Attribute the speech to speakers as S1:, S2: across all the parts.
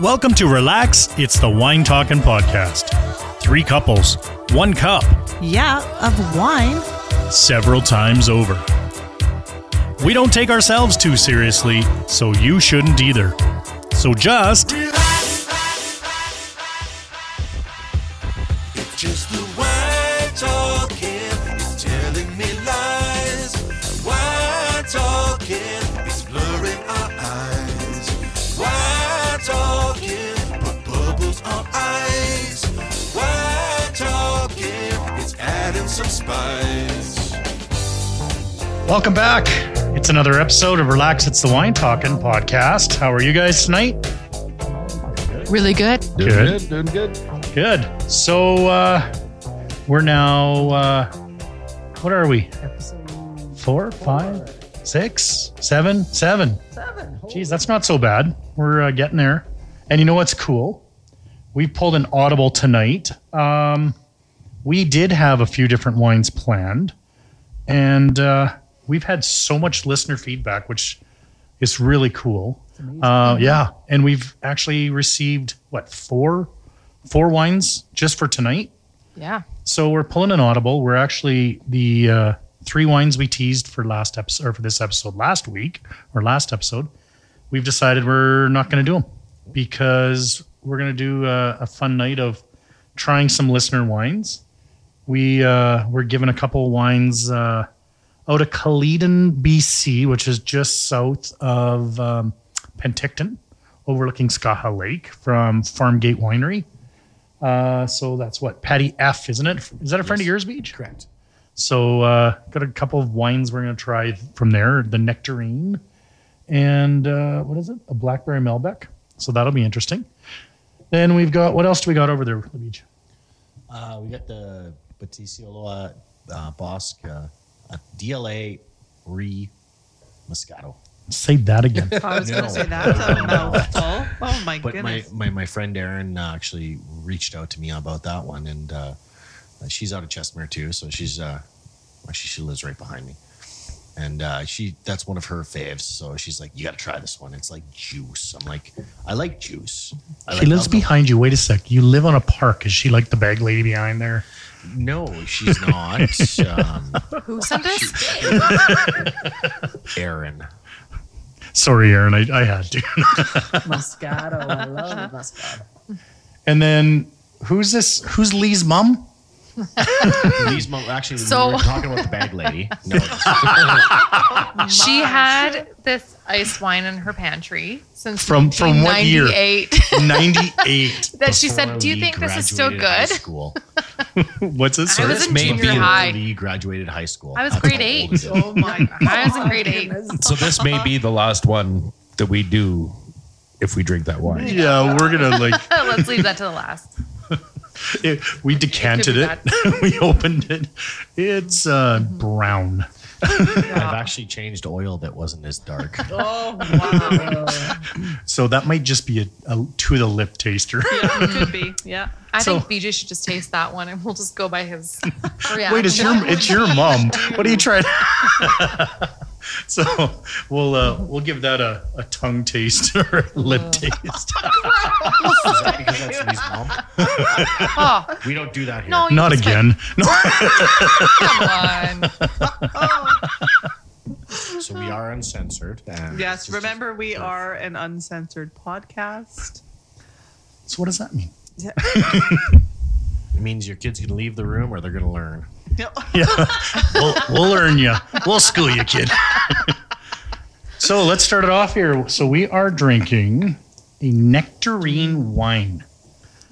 S1: Welcome to Relax, it's the Wine Talkin' Podcast. Three couples, one cup,
S2: Yeah, of wine.
S1: several times over. We don't take ourselves too seriously, so you shouldn't either. So just
S3: It's just the wine talking. It's telling me lies. Wine talking. It's blurring our eyes. Wine talking. Put bubbles on ice. Wine talking. It's adding some spice.
S1: welcome back. It's another episode of Relax, it's the Wine Talkin' Podcast. How are you guys tonight?
S4: Really good.
S5: Doing
S1: Good.
S5: good. doing good.
S1: Good. So uh we're now uh what are we? Four, five, six, seven, seven. Seven. Geez, that's not so bad. We're uh, getting there. And you know what's cool? We pulled an audible tonight. Um we did have a few different wines planned and uh we've had so much listener feedback which is really cool. Uh yeah, and we've actually received what, four four wines just for tonight.
S4: Yeah.
S1: So we're pulling an audible. We're actually the uh, three wines we teased for last episode or for this episode last week or last episode. We've decided we're not going to do them because we're going to do uh, a, a fun night of trying some listener wines. We uh, we're given a couple wines uh, out of Caledon, BC, which is just south of um, Penticton, overlooking Skaha Lake from Farmgate Winery. Uh, so that's what Patty F, isn't it? Is that a friend of yours, Beach? Correct. So uh, got a couple of wines we're gonna try from there. The Nectarine and uh, what is it? A Blackberry Melbeck. So that'll be interesting. Then we've got what else do we got over there, Beach?
S6: Uh, we got the Batisioloa uh, Bosque uh, a DLA Re Moscato.
S1: Say that again.
S2: I was going
S6: No.
S2: to say that's a mouthful. Oh my
S6: But my,
S2: goodness.
S6: my, my friend Erin uh, actually reached out to me about that one, and uh, she's out of Chestmere too. So she's uh, actually she lives right behind me, and uh, she that's one of her faves. So she's like, "You got to try this one. It's like juice." I'm like, "I like juice." I
S1: she
S6: like
S1: lives
S6: alcohol."
S1: behind you. Wait a sec. You live on a park. Is she like the bag lady behind there?
S6: No, she's not. um,
S4: Who sent this?
S6: Erin.
S1: Sorry, Aaron. I, I had to.
S7: Moscato. I love Moscato.
S1: And then who's this? Who's Lee's mom?
S6: These mo- actually,
S4: So-
S6: we were talking about the bag lady. No,
S4: she had this ice wine in her pantry since
S1: From- from what year?
S4: 1998
S1: Ninety-eight.
S4: that she
S6: before
S4: said, "Do you
S6: Lee
S4: think this is still
S6: graduated high
S4: good?"
S6: School.
S1: What's this?
S4: I
S1: Sorry.
S4: was
S6: This
S4: in
S6: may
S4: junior
S6: be when
S4: high.
S6: Lee graduated high school.
S4: I was
S6: That's how
S4: grade
S6: old
S4: eight.
S6: it is.
S2: oh my
S4: I was in grade eight.
S5: So this may be the last one that we do if we drink that wine.
S1: yeah, we're gonna like
S4: Let's leave that to the last.
S1: it, we decanted it.
S4: It
S1: we opened it. It's uh, brown.
S6: I've actually changed oil that wasn't as dark.
S2: Oh wow.
S1: So that might just be a, a to the lip taster.
S2: yeah, could be. Yeah.
S4: I
S1: So-
S4: think BJ should just taste that one, and we'll just go by his reaction.
S1: Wait, it's your it's your mom. What are you trying? so we'll uh, we'll give that a, a tongue taste or Uh, a lip taste.
S6: Is that because that's Lee's mom?
S4: Oh,
S6: We don't do that here.
S4: no, you
S1: Not
S4: just went,
S1: again. No.
S4: Come on.
S6: So we are uncensored. and
S2: Yes.
S6: it's just-
S2: Remember, we are an uncensored podcast.
S1: So what does that mean?
S6: It means your kids can leave the room or they're going to learn.
S1: Yeah, we'll we'll earn you. We'll school you, kid. so let's start it off here. So we are drinking a nectarine wine.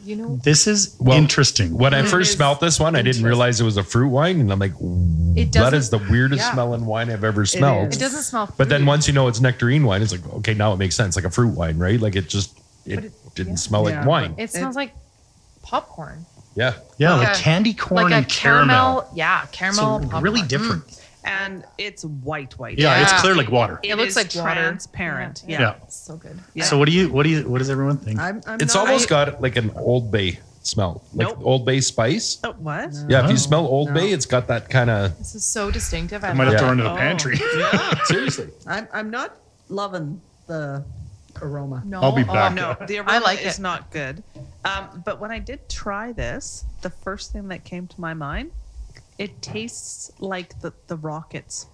S4: You know,
S1: This is
S5: Well,
S1: interesting.
S5: When
S4: Mm-hmm.
S5: I
S2: It
S5: first
S2: is
S5: smelled this one, I didn't realize it was a fruit wine, and I'm like,
S4: It
S5: "That
S4: doesn't-
S5: is the weirdest
S2: yeah.
S5: smelling wine I've ever smelled."
S4: it doesn't smell.
S5: But then
S4: fruity.
S5: once you know it's nectarine wine, it's like, okay, now it makes sense, like a fruit wine, right? Like it just it,
S4: But it-
S5: didn't
S4: yeah.
S5: smell like
S7: Yeah.
S5: wine.
S4: it smells like popcorn,
S5: yeah,
S1: yeah,
S4: like
S1: like
S4: a-
S1: candy corn
S4: like a
S1: and caramel.
S4: Yeah, caramel.
S1: So
S4: popcorn.
S1: really different.
S2: And it's white, white.
S1: Yeah, it's
S4: Yeah.
S1: clear like water.
S4: It
S2: is
S4: looks like water.
S2: transparent.
S4: Yeah.
S2: Yeah.
S1: Yeah.
S4: Mm, so good.
S2: Yeah.
S1: So what do you what do you what does everyone think?
S7: I'm, I'm
S5: it's
S7: not-
S5: almost
S7: I-
S5: got like an Old Bay smell, like
S2: Nope.
S5: Old Bay spice.
S2: Oh, what?
S5: Yeah, if
S1: No.
S5: you smell Old
S7: No.
S5: Bay, it's got that kind of
S4: This is so distinctive. I
S1: I might have
S4: love
S1: to
S5: Yeah.
S1: run to the
S2: Oh.
S1: pantry.
S5: seriously.
S7: I'm, I'm not loving the aroma.
S4: No,
S8: I'll be
S4: oh,
S8: back.
S2: No, the aroma
S4: I like
S2: is
S4: it.
S2: not good. Um, but when I did try this, the first thing that came to my mind, it tastes like the, the rockets,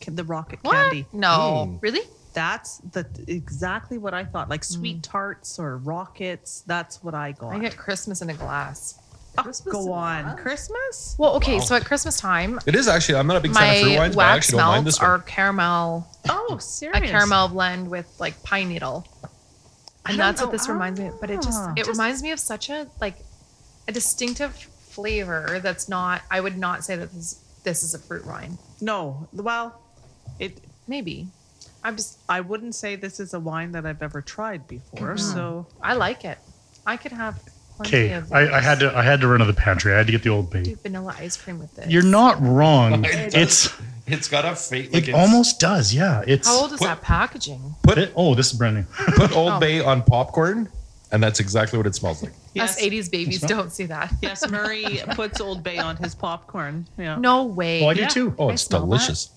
S2: ca- the rocket
S4: What?
S2: candy.
S4: No,
S6: Mm.
S4: really?
S2: That's the exactly what I thought, like sweet tarts or rockets. That's what I got.
S4: I get Christmas in a glass.
S2: Oh,
S7: Christmas in
S2: go
S7: a
S2: on,
S7: glass?
S2: Christmas.
S4: Well, okay, so at Christmas time,
S5: It is actually. I'm not a big fan of fruit
S4: my
S5: wines, but I
S4: wax
S5: actually don't mind
S4: melts
S5: this one.
S4: are caramel,
S2: Oh,
S4: a
S2: serious.
S4: caramel blend with like pine needle,
S2: don't
S4: and that's what
S2: know.
S4: this reminds me. of. But it just
S2: Ah.
S4: it reminds me of such a like a distinctive flavor that's not. I would not say that this this is a fruit wine.
S2: No, well, it.
S4: Maybe I'm just
S2: I wouldn't say this is a wine that I've ever tried before. So
S4: I like it. I could have plenty
S1: Okay,
S4: of.
S1: I, I had
S4: this.
S1: to I had to run to the pantry. I had to get the old bay.
S4: do vanilla ice cream with this.
S1: You're not wrong. It's
S5: It's got a fate.
S1: it almost does. Yeah, it's
S4: How old is that packaging?
S5: put
S1: oh, this is brand new.
S5: put
S4: Oh.
S5: Old Bay on popcorn, and that's exactly what it smells like.
S4: Us 80s babies don't see that.
S2: Yes, Murray puts Old Bay on his popcorn. Yeah.
S4: No way.
S1: Oh, I do too.
S5: Oh,
S4: I
S5: it's
S4: smell that.
S5: delicious.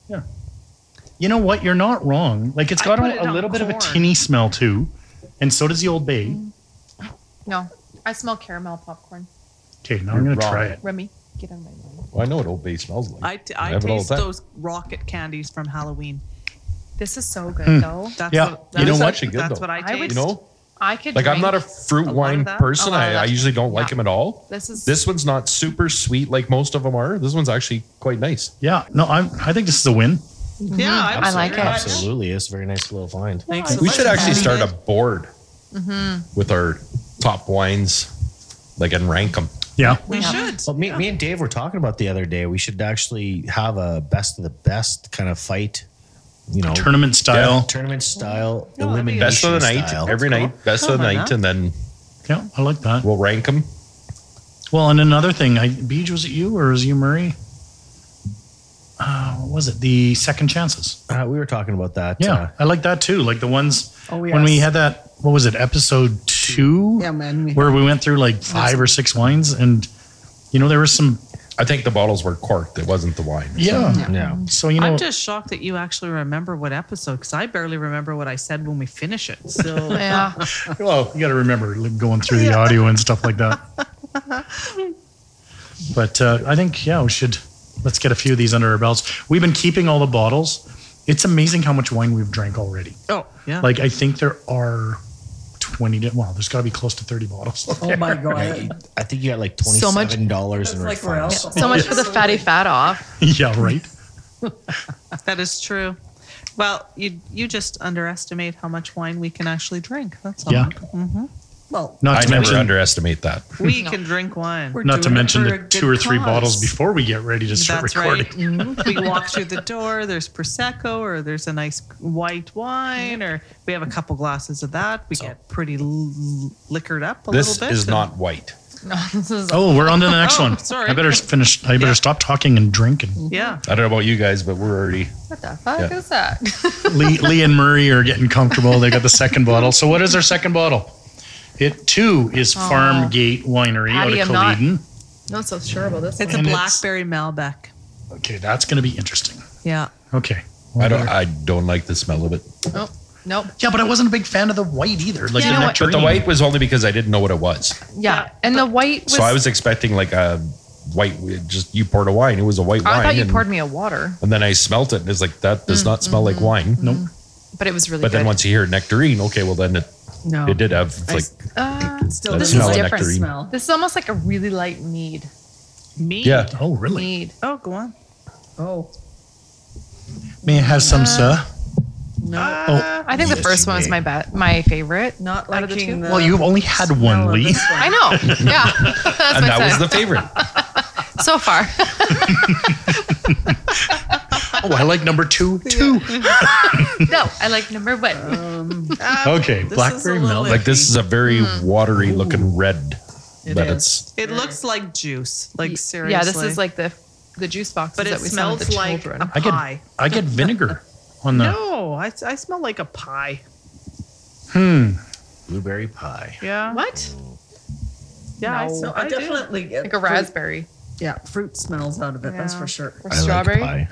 S1: You know what? You're not wrong. Like it's
S2: I
S1: got
S2: put it
S1: a, a
S2: on
S1: little bit of a
S2: corn.
S1: tinny smell too, and so does the old bay.
S4: No, I smell caramel popcorn.
S1: Okay, now I'm
S5: You're
S1: gonna
S5: wrong.
S1: try it.
S4: Remy, get out of my mind.
S5: Well, I know what Old Bay smells like.
S2: I, t- I
S5: have it all the
S2: taste
S5: time.
S2: those rocket candies from Halloween.
S4: This is so good,
S5: Hmm.
S4: though.
S2: That's
S1: Yeah.
S2: what,
S1: You
S2: that's,
S1: know
S5: It's
S1: what?
S5: Actually good
S2: that's
S5: though.
S2: what I
S4: I
S2: taste.
S4: would-
S5: you know,
S4: I could
S5: like I'm not a
S4: drink-
S5: fruit
S2: lot
S5: wine
S2: of that.
S5: person.
S4: A lot of
S5: I, I
S4: that.
S5: usually don't like
S4: Yeah.
S5: them at all.
S4: This is
S5: This one's not super sweet like most of them are. This one's actually quite nice.
S1: Yeah, no, I'm. I think this is a win.
S2: yeah,
S4: I like it.
S6: Absolutely. It's a very nice little find.
S2: Mm-hmm. Thanks so
S5: we
S2: much,
S5: should actually
S2: Patty.
S5: start a board
S2: Mm-hmm.
S5: with our top wines, like and rank them.
S1: Yeah,
S2: We should.
S6: Well, me, me and Dave were talking about the other day. We should actually have a best of the best kind of fight, you know,
S1: tournament style.
S6: tournament style,
S2: No, that'd be
S6: elimination
S5: Best of the night,
S6: style.
S5: every
S2: That's cool.
S5: night, best of the
S2: Come on
S5: night,
S2: now.
S5: and then
S1: Yeah, I like that.
S5: we'll rank them.
S1: Well, and another thing, I Beej, was it you or was you Murray? Uh, what was it the second chances?
S6: Uh, we were talking about that.
S1: Yeah,
S6: uh,
S1: I like that too. Like the ones
S7: Oh,
S1: when we
S7: yes.
S1: had that. What was it? Episode two,
S7: Yeah, man. We
S1: where we went through like five or six wines, and you know there was some.
S5: I think the bottles were corked. It wasn't the wine.
S1: Yeah.
S6: yeah.
S1: So you know,
S2: I'm just shocked that you actually remember what episode because I barely remember what I said when we finish it. So
S4: Yeah.
S1: well, you got to remember like, going through the audio and stuff like that. but uh, I think yeah, we should. Let's get a few of these under our belts. We've been keeping all the bottles. It's amazing how much wine we've drank already.
S2: oh yeah,
S1: Like I think there are twenty. di- Wow, there's got to be close to thirty bottles.
S7: Oh my god.
S6: I think you got like
S4: So much-
S6: twenty-seven dollars in
S7: It's like we're
S6: refunds.
S7: alcohol.
S4: So much for the fatty fat off.
S1: yeah, right.
S2: that is true. Well, you you just underestimate how much wine we can actually drink. That's all.
S1: Yeah.
S7: Well,
S1: Not
S5: I
S1: to
S5: never
S1: mention
S5: underestimate that.
S2: We
S4: No.
S2: can drink wine.
S7: we're
S1: not to
S7: doing it
S1: mention
S7: for
S1: the
S7: a
S1: two
S7: good
S1: or three
S7: cause.
S1: bottles before we get ready to start
S2: That's
S1: recording.
S2: right. Mhm. we walk through the door. There's prosecco, or there's a nice white wine, or we have a couple glasses of that. We get pretty l- liquored up a
S5: This
S2: little bit.
S5: is
S2: and-
S5: not white.
S4: No, this is
S1: Oh, we're on to the next
S2: Oh,
S1: one.
S2: sorry.
S1: I better finish. I better
S2: Yeah.
S1: stop talking and drink. And
S2: Yeah.
S5: I don't know about you guys, but we're already.
S4: what the fuck
S5: Yeah.
S4: is that?
S1: Lee, Lee and Murray are getting comfortable. They got the second bottle. So, what is our second bottle? It too is Farm Gate Winery
S4: Patty,
S1: out
S4: I'm
S1: of
S4: not-
S1: Caledon.
S4: not so sure about this.
S2: It's a
S4: one.
S1: And it's-
S2: blackberry Malbec.
S1: Okay, that's going to be interesting.
S2: Yeah.
S1: Okay.
S5: I don't. I don't like the smell of it.
S4: Nope. Nope.
S1: Yeah, but I wasn't a big fan of the white either. Like the
S4: Yeah, you know what?
S5: But
S1: nectarine.
S5: the white was only because I didn't know what it was.
S4: Yeah. and the white was.
S5: so I was expecting like a white. Just you poured a wine. It was a white
S4: Oh, I
S5: wine.
S4: thought you
S5: and,
S4: poured me a water,
S5: and then I smelt it, and it's like that does not smell like wine. No.
S4: but it was really
S5: But
S4: good.
S5: then once you hear nectarine, okay, well then it,
S7: No.
S2: Oh.
S5: it did have
S7: I
S5: like
S7: s-
S4: Uh,
S7: Still
S5: That
S7: this
S4: smell
S7: is
S4: of
S7: different
S5: nectarine.
S7: smell.
S4: this is almost like a really light mead.
S2: Me.
S5: yeah.
S1: Oh, really?
S4: Mead.
S2: Oh, go on.
S7: Oh
S1: May I have some, sir?
S7: no.
S2: Ah,
S1: Oh,
S4: I think the
S6: Yes,
S4: first
S6: you
S4: one was
S6: may.
S4: my bet, my favorite.
S7: not
S4: out of the two?
S7: liking the
S1: well, you've only had
S7: smell
S1: one,
S7: of
S1: Lee.
S7: this one.
S4: I know. Yeah. That's
S5: And
S4: my
S5: that was
S4: set.
S5: the favorite.
S4: so far.
S1: Oh, I like number two too.
S4: no, I like number one.
S1: Okay,
S2: Ah, This is a
S1: blackberry
S2: little
S1: milk.
S5: like this is a very watery looking red.
S7: It
S5: but
S7: is.
S5: it's
S2: It looks like juice. Like seriously.
S4: yeah, this is like the the juice boxes
S2: But it
S4: that we sell with
S2: smells
S4: the
S2: like
S4: children.
S2: a
S1: I get
S2: pie.
S1: I get vinegar on the.
S2: No, I, I smell like a pie.
S1: Hmm.
S6: Blueberry pie.
S2: Yeah.
S4: what?
S2: Yeah. I,
S7: No,
S2: smell,
S7: I,
S2: I, definitely.
S7: definitely get
S4: Like a raspberry
S7: Fruit, yeah, fruit smells out of it. That's
S2: Yeah.
S7: for sure.
S4: or strawberry?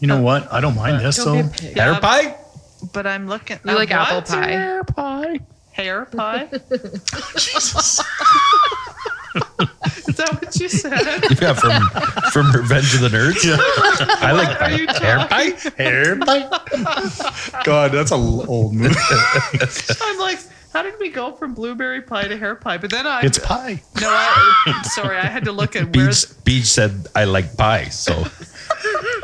S1: You know what? I don't mind this
S4: Don't
S1: though.
S4: be a pig.
S2: Yeah,
S5: Better pie?
S2: but I'm looking.
S4: You like apple pie.
S1: pie.
S2: Hair pie. Jesus. Is that what you said?
S5: You got from from Revenge of the Nerds. I like
S2: Are you
S5: hair pie.
S1: Hair pie.
S8: God, that's a l- old movie.
S2: I'm like, how did we go from blueberry pie to hair pie? But then I
S1: It's pie.
S2: no, I, sorry, I had to look at where.
S5: Beach Beach said I like pie, so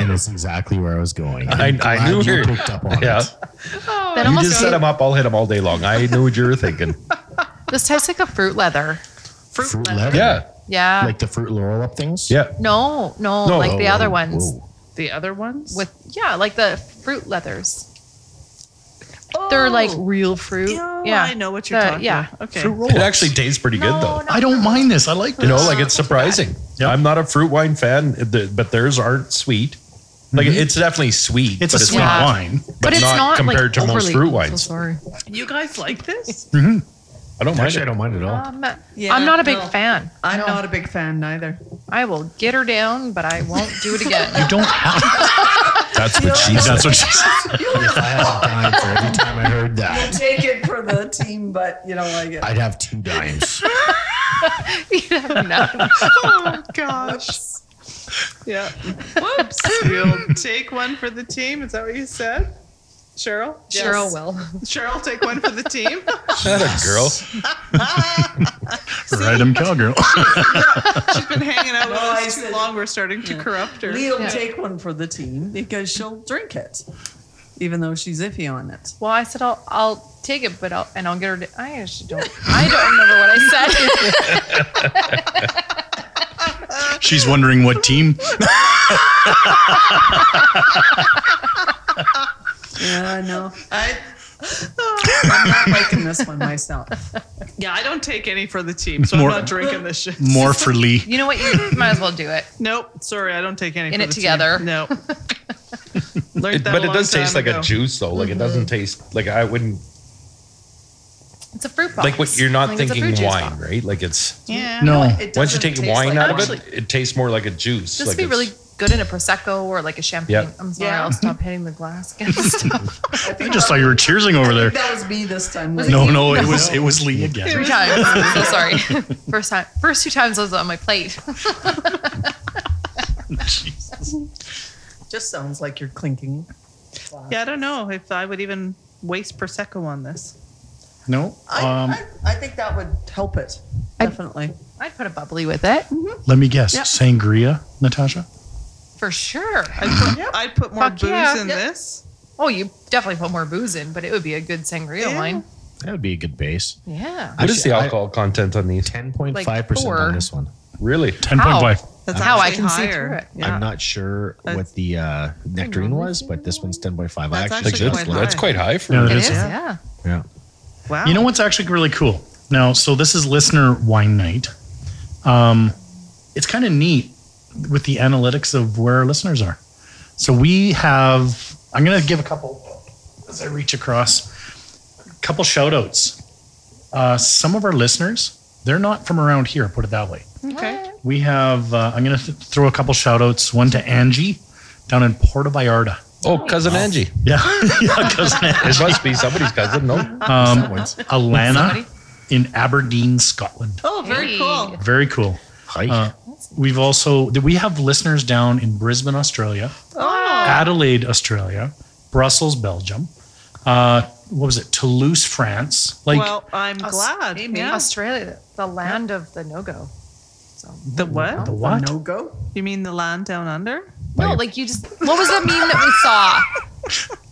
S6: and that's exactly where I was going.
S5: I-
S6: I'm
S5: I
S6: glad
S5: knew
S6: you
S5: her.
S6: picked up on
S5: yeah.
S6: it.
S2: Oh,
S4: That
S5: You
S4: almost
S5: just set him up. I'll hit him all day long. I knew what you were thinking.
S4: This tastes like a fruit leather.
S2: fruit,
S6: Fruit
S2: leather.
S6: leather.
S5: Yeah,
S4: Yeah.
S6: Like the fruit laurel up things.
S5: yeah.
S4: no, no,
S5: No.
S4: like the
S6: Oh,
S4: other
S6: whoa.
S4: ones
S2: The other ones
S4: with yeah, like the fruit leathers. They're like
S2: Oh,
S4: real fruit.
S2: yeah,
S4: yeah.
S2: I know what you're
S4: The-
S2: talking.
S4: yeah.
S2: about. Okay.
S1: Fruit roll.
S5: It actually tastes pretty good though.
S1: I don't mind this. I like
S5: You
S1: this.
S5: know, like it's surprising.
S1: Yeah.
S5: I'm not a fruit wine fan, th- but theirs aren't sweet. Like it's definitely sweet.
S1: it's a
S5: but
S1: sweet
S4: not-
S1: wine.
S5: but, it's not, compared to most
S4: overly-
S5: fruit
S4: I'm
S5: wines.
S4: so sorry.
S2: You guys like this?
S5: I don't mind.
S6: Actually, I
S5: it.
S6: don't mind at all.
S4: Um,
S2: Yeah,
S4: I'm not a big
S2: no.
S4: fan.
S7: I'm
S4: No.
S7: not a big fan neither.
S4: I will get her down, but I won't do it again.
S1: You don't have.
S5: That's what she said.
S1: That's what she said.
S6: if I had a dime for every time I heard that,
S7: Take it for the team, but you don't like it.
S6: I'd have two dimes.
S4: You have none.
S2: Oh gosh. Yeah. Whoops. You'll take one for the team. Is that what you said, Cheryl?
S4: Cheryl will.
S2: Cheryl, take one for the team.
S5: That a girl.
S1: Right, I'm cowgirl.
S2: She's been hanging out with
S7: No, I
S2: us too
S7: said-
S2: long. We're starting to corrupt her.
S7: Lee'll
S4: Yeah.
S7: take one for the team because she'll drink it, even though she's iffy on it.
S4: Well, I said I'll I'll take it, but I'll and I'll get her. To, I actually don't. I don't remember what I said.
S1: She's wondering what team.
S7: Yeah, I know.
S2: I,
S7: I'm not liking this one myself.
S2: yeah, I don't take any for the team, so
S1: More-
S2: I'm not drinking this shit.
S1: More for Lee.
S4: You know what? You might as well do it.
S2: Nope. Sorry, I don't take any.
S4: In
S2: for
S4: it
S2: the
S4: together.
S2: Team. No. Learned
S5: It-
S2: that
S5: but
S2: a
S5: it
S2: long
S5: does taste
S2: time
S5: like
S2: ago.
S5: a juice though. Like it doesn't
S4: Mm-hmm.
S5: taste like I wouldn't
S4: It's a fruit box.
S5: like what you're not
S4: Like, it's a
S5: thinking
S4: fruit juice
S5: wine,
S4: box.
S5: right? Like it's
S2: Yeah.
S1: No.
S7: It
S5: once you
S7: doesn't
S5: take
S7: taste
S5: wine
S7: like
S5: out
S7: that.
S5: of it, it tastes more like a juice.
S4: This
S5: like
S4: would be
S5: it's-
S4: really good in a prosecco or like a champagne.
S5: Yeah.
S4: I'm sorry,
S2: Yeah.
S4: I'll stop hitting the glass against stuff.
S1: I just thought you were cheersing over there.
S7: That was me this time. Lee.
S1: No, no, it was it was Lee again.
S4: Three times. I'm so sorry. First time, first two times I was on my plate.
S7: Just sounds like you're clinking.
S2: Yeah, I don't know if I would even waste prosecco on this.
S1: No. Um,
S7: I, I, I think that would help it.
S4: I-
S7: Definitely.
S4: I'd put a bubbly with it
S1: let me guess.
S7: Yep.
S1: Sangria, Natasha.
S4: for sure.
S2: I'd put, I'd put more
S4: Fuck
S2: booze
S4: yeah.
S2: in
S4: Yep.
S2: this.
S4: Oh, you definitely put more booze in, but it would be a good sangria
S2: Yeah.
S4: wine.
S6: That would be a good base.
S4: Yeah.
S5: what is the
S6: Actually, I-
S5: alcohol content on these?
S6: Ten point
S4: Like
S6: five percent
S4: four.
S6: on this one.
S5: Really?
S1: Ten point five.
S2: That's
S4: How I
S2: actually
S4: can see
S2: higher.
S4: through it.
S2: Yeah.
S6: I'm not sure
S2: That's-
S6: what the uh, nectarine was, but this one's ten point five. I
S2: That's
S6: actually
S5: Like
S2: actually
S6: just
S5: that's,
S2: quite
S6: looked-
S2: high.
S5: that's quite high for
S1: Yeah,
S5: me.
S1: that
S4: It
S1: is-
S4: is,
S2: yeah.
S4: yeah.
S6: Yeah.
S2: wow.
S1: You know what's actually really cool? Now, so this is listener wine night. Um, it's kind of neat with the analytics of where our listeners are. So we have, I'm going to give a couple as I reach across, a couple shout outs. Uh, some of our listeners, they're not from around here, put it that way.
S2: Okay.
S1: We have, uh, I'm going to th- throw a couple shout outs, one to Angie down in Puerto Vallarta.
S5: Oh, cousin Angie.
S1: Yeah, yeah, cousin Angie.
S5: It must be somebody's cousin, no?
S1: Um,
S4: Somebody?
S1: Alana in Aberdeen, Scotland.
S2: Oh, very
S4: Hey.
S2: cool.
S1: Very cool.
S2: Uh-huh.
S6: Hi.
S1: Uh, We've also we have listeners down in Brisbane, Australia,
S2: Oh,
S1: Adelaide, Australia, Brussels, Belgium. Uh, what was it? Toulouse, France. Like
S2: well, I'm glad. Yeah.
S4: Australia, the land of the no go. So
S2: The what?
S1: the what?
S7: No go.
S2: You mean the land down under?
S4: no, like you just what was the meme that we saw?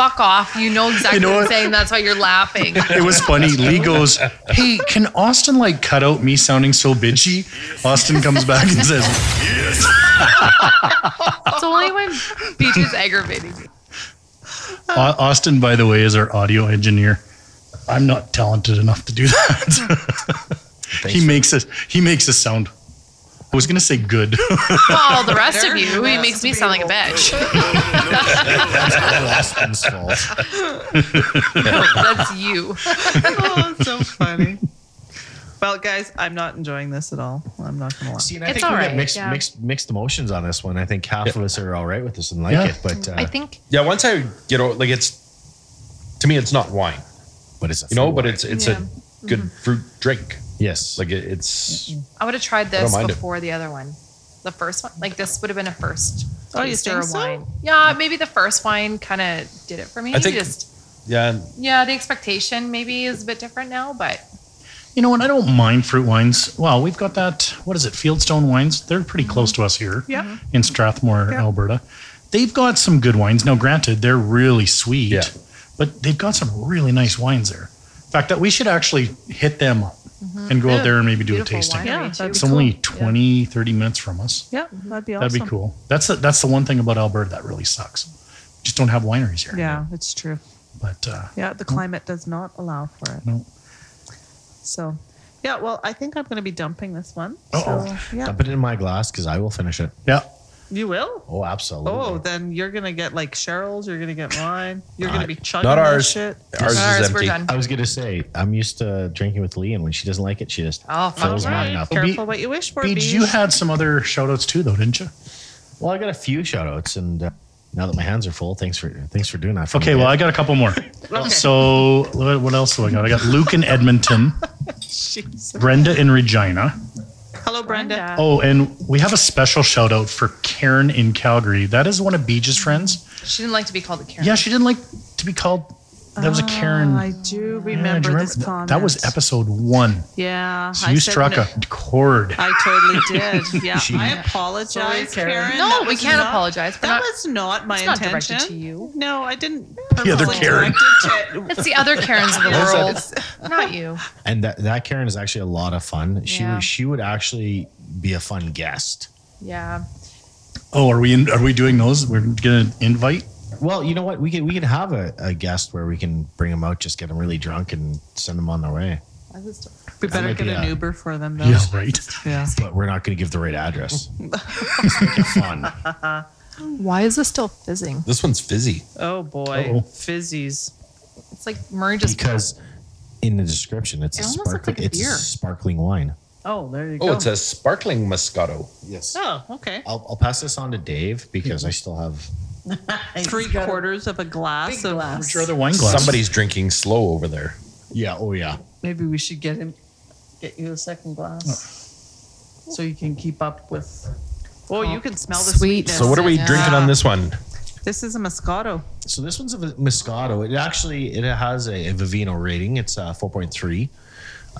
S4: Fuck off! You know exactly
S1: know
S4: what I'm
S1: what?
S4: saying. That's why you're laughing.
S1: It was funny. Lee goes, "Hey, can Austin like cut out me sounding so bitchy?" Austin comes back and says,
S4: It's only when Beach is aggravating me.
S1: "Au- "Austin, by the way, is our audio engineer. I'm not talented enough to do that. he makes us he makes us sound. I was gonna say good.
S4: Well, the rest of
S2: They're
S4: you, he
S2: nasty
S4: makes me sound like a bitch.
S6: Last one's fault.
S4: That's you.
S2: Oh, it's so funny. Well, guys, I'm not enjoying this at all. I'm not gonna lie.
S6: See, and I
S4: It's
S6: think we
S4: all
S6: got
S4: right,
S6: mixed,
S4: yeah.
S6: mixed mixed emotions on this one. I think half of us are all right with this and like
S1: Yeah.
S6: it, but uh,
S4: I think
S5: Yeah, once I get over, like it's to me, it's not wine,
S6: But it's a
S5: you know,
S6: fruit
S5: but
S6: wine.
S5: it's it's
S4: Yeah. Mm-hmm.
S5: a good fruit drink.
S6: yes, like
S5: Like it, it's
S4: I would have tried
S5: don't
S4: this
S5: mind it.
S4: before the other one. The first one, like this would have been a first.
S2: Oh, you
S4: taster
S2: think
S4: of
S2: so?
S4: wine. Yeah, maybe the first wine kind of did it for me.
S5: I think-
S4: Just
S5: yeah.
S4: yeah, the expectation maybe is a bit different now, but
S1: You know what? I don't mind fruit wines. Well, we've got that. What is it? Fieldstone wines. They're pretty close to us here
S2: Yeah.
S1: in Strathmore,
S2: Yeah.
S1: Alberta. They've got some good wines. Now, granted, they're really sweet,
S5: Yeah.
S1: but they've got some really nice wines there. In fact, that we should actually hit them up
S2: Mm-hmm.
S1: and go
S4: Yeah.
S1: out there and maybe do a
S4: Beautiful
S1: tasting.
S4: winery,
S2: Yeah,
S4: too.
S2: that'd be
S1: It's only 20, 30 minutes from us.
S2: Yeah, that'd be awesome.
S1: That'd be cool. That's the, that's the one thing about Alberta that really sucks. We just don't have wineries here.
S2: Yeah, it's true.
S1: But uh,
S2: Yeah, the climate does not allow for it.
S1: no.
S2: So, yeah, well, I think I'm going to be dumping this one.
S1: Uh-oh.
S2: So, yeah,
S6: dump it in my glass because I will finish it.
S1: Yeah.
S2: you will.
S6: Oh, absolutely.
S2: Oh, then you're going to get like Cheryl's. You're going to get mine. You're going
S6: Uh,
S2: to be chugging
S5: Not
S2: that
S5: ours.
S2: shit.
S5: Ours is
S4: Ours, we're
S5: empty.
S4: done.
S6: I was gonna say I'm used to drinking with Lee, and when she doesn't like it, she just
S4: Oh, fuck.
S6: fills mine
S2: Alright,
S6: up.
S1: Well, Bee-
S2: Careful what you wish for,
S1: Beej,
S2: Beej.
S1: you had some other shout outs too, though, didn't you?
S6: Well, I got a few shout outs, and uh, now that my hands are full, thanks for thanks for doing that. For
S1: Okay,
S6: me.
S1: well, I got a couple more. So, what what else do I got? I got Luke in Edmonton,
S2: Jesus.
S1: Brenda in Regina.
S2: Hello, Brenda.
S4: Brenda.
S1: Oh, and we have a special shout out for Karen in Calgary. That is one of Beej's friends.
S4: she didn't like to be called a Karen.
S1: Yeah, she didn't like to be called. That was a Karen.
S2: Ah, I do
S1: Yeah, do you
S2: remember, this
S1: Th-
S2: comment.
S1: That was episode one.
S2: Yeah.
S1: So
S2: I
S1: you
S2: said
S1: struck
S2: no-
S1: a chord.
S2: I totally did. Yeah.
S6: She-
S2: I apologize,
S7: Sorry, Karen.
S2: Karen.
S4: no,
S2: That
S4: we
S2: was
S4: can't
S2: not-
S4: apologize. We're
S2: That
S4: not-
S2: was not my
S4: it's not
S2: intention.
S4: directed to you.
S2: No, I didn't.
S1: The other
S2: purposely
S1: Karen.
S2: direct it to-
S4: it's the other Karens of the world, not you.
S6: and that, that Karen is actually a lot of fun. She
S4: Yeah.
S6: would she would actually be a fun guest.
S4: Yeah,
S1: Oh, are we in, are we doing those? We're gonna invite.
S6: Well, you know what? We can we can have a, a guest where we can bring them out, just get them really drunk, and send them on their way.
S4: That's a story.
S2: we better
S6: might
S2: get
S6: be
S2: an
S6: a-
S2: Uber for them, though.
S1: Yeah, right.
S2: Yeah.
S6: But we're not going to give the right address. Let's make it fun.
S4: why is this still fizzing?
S5: This one's fizzy.
S2: Oh, boy.
S1: Uh-oh.
S2: Fizzies.
S4: It's like Murray just
S6: because in the description it's
S4: It
S6: a
S4: almost looks
S6: sparkling
S4: like a
S6: it's a
S4: beer.
S6: sparkling wine.
S2: Oh, there you go.
S5: Oh, it's a sparkling Moscato.
S6: Yes.
S2: Oh, okay.
S6: I'll, I'll pass this on to Dave because I still have
S2: Three quarters of a glass
S7: Big
S2: of
S7: glass.
S1: Where's your other wine glass?
S5: Somebody's drinking slow over there.
S6: yeah oh yeah
S7: Maybe we should get him, get you a second
S1: Oh.
S7: glass, so you can keep up with.
S2: Oh, you can smell the
S4: Sweet.
S2: sweetness.
S5: So what are we
S4: Yeah.
S5: drinking on this one?
S2: This is a Moscato.
S6: so this one's a Moscato it actually it has a, a Vivino rating it's uh 4.3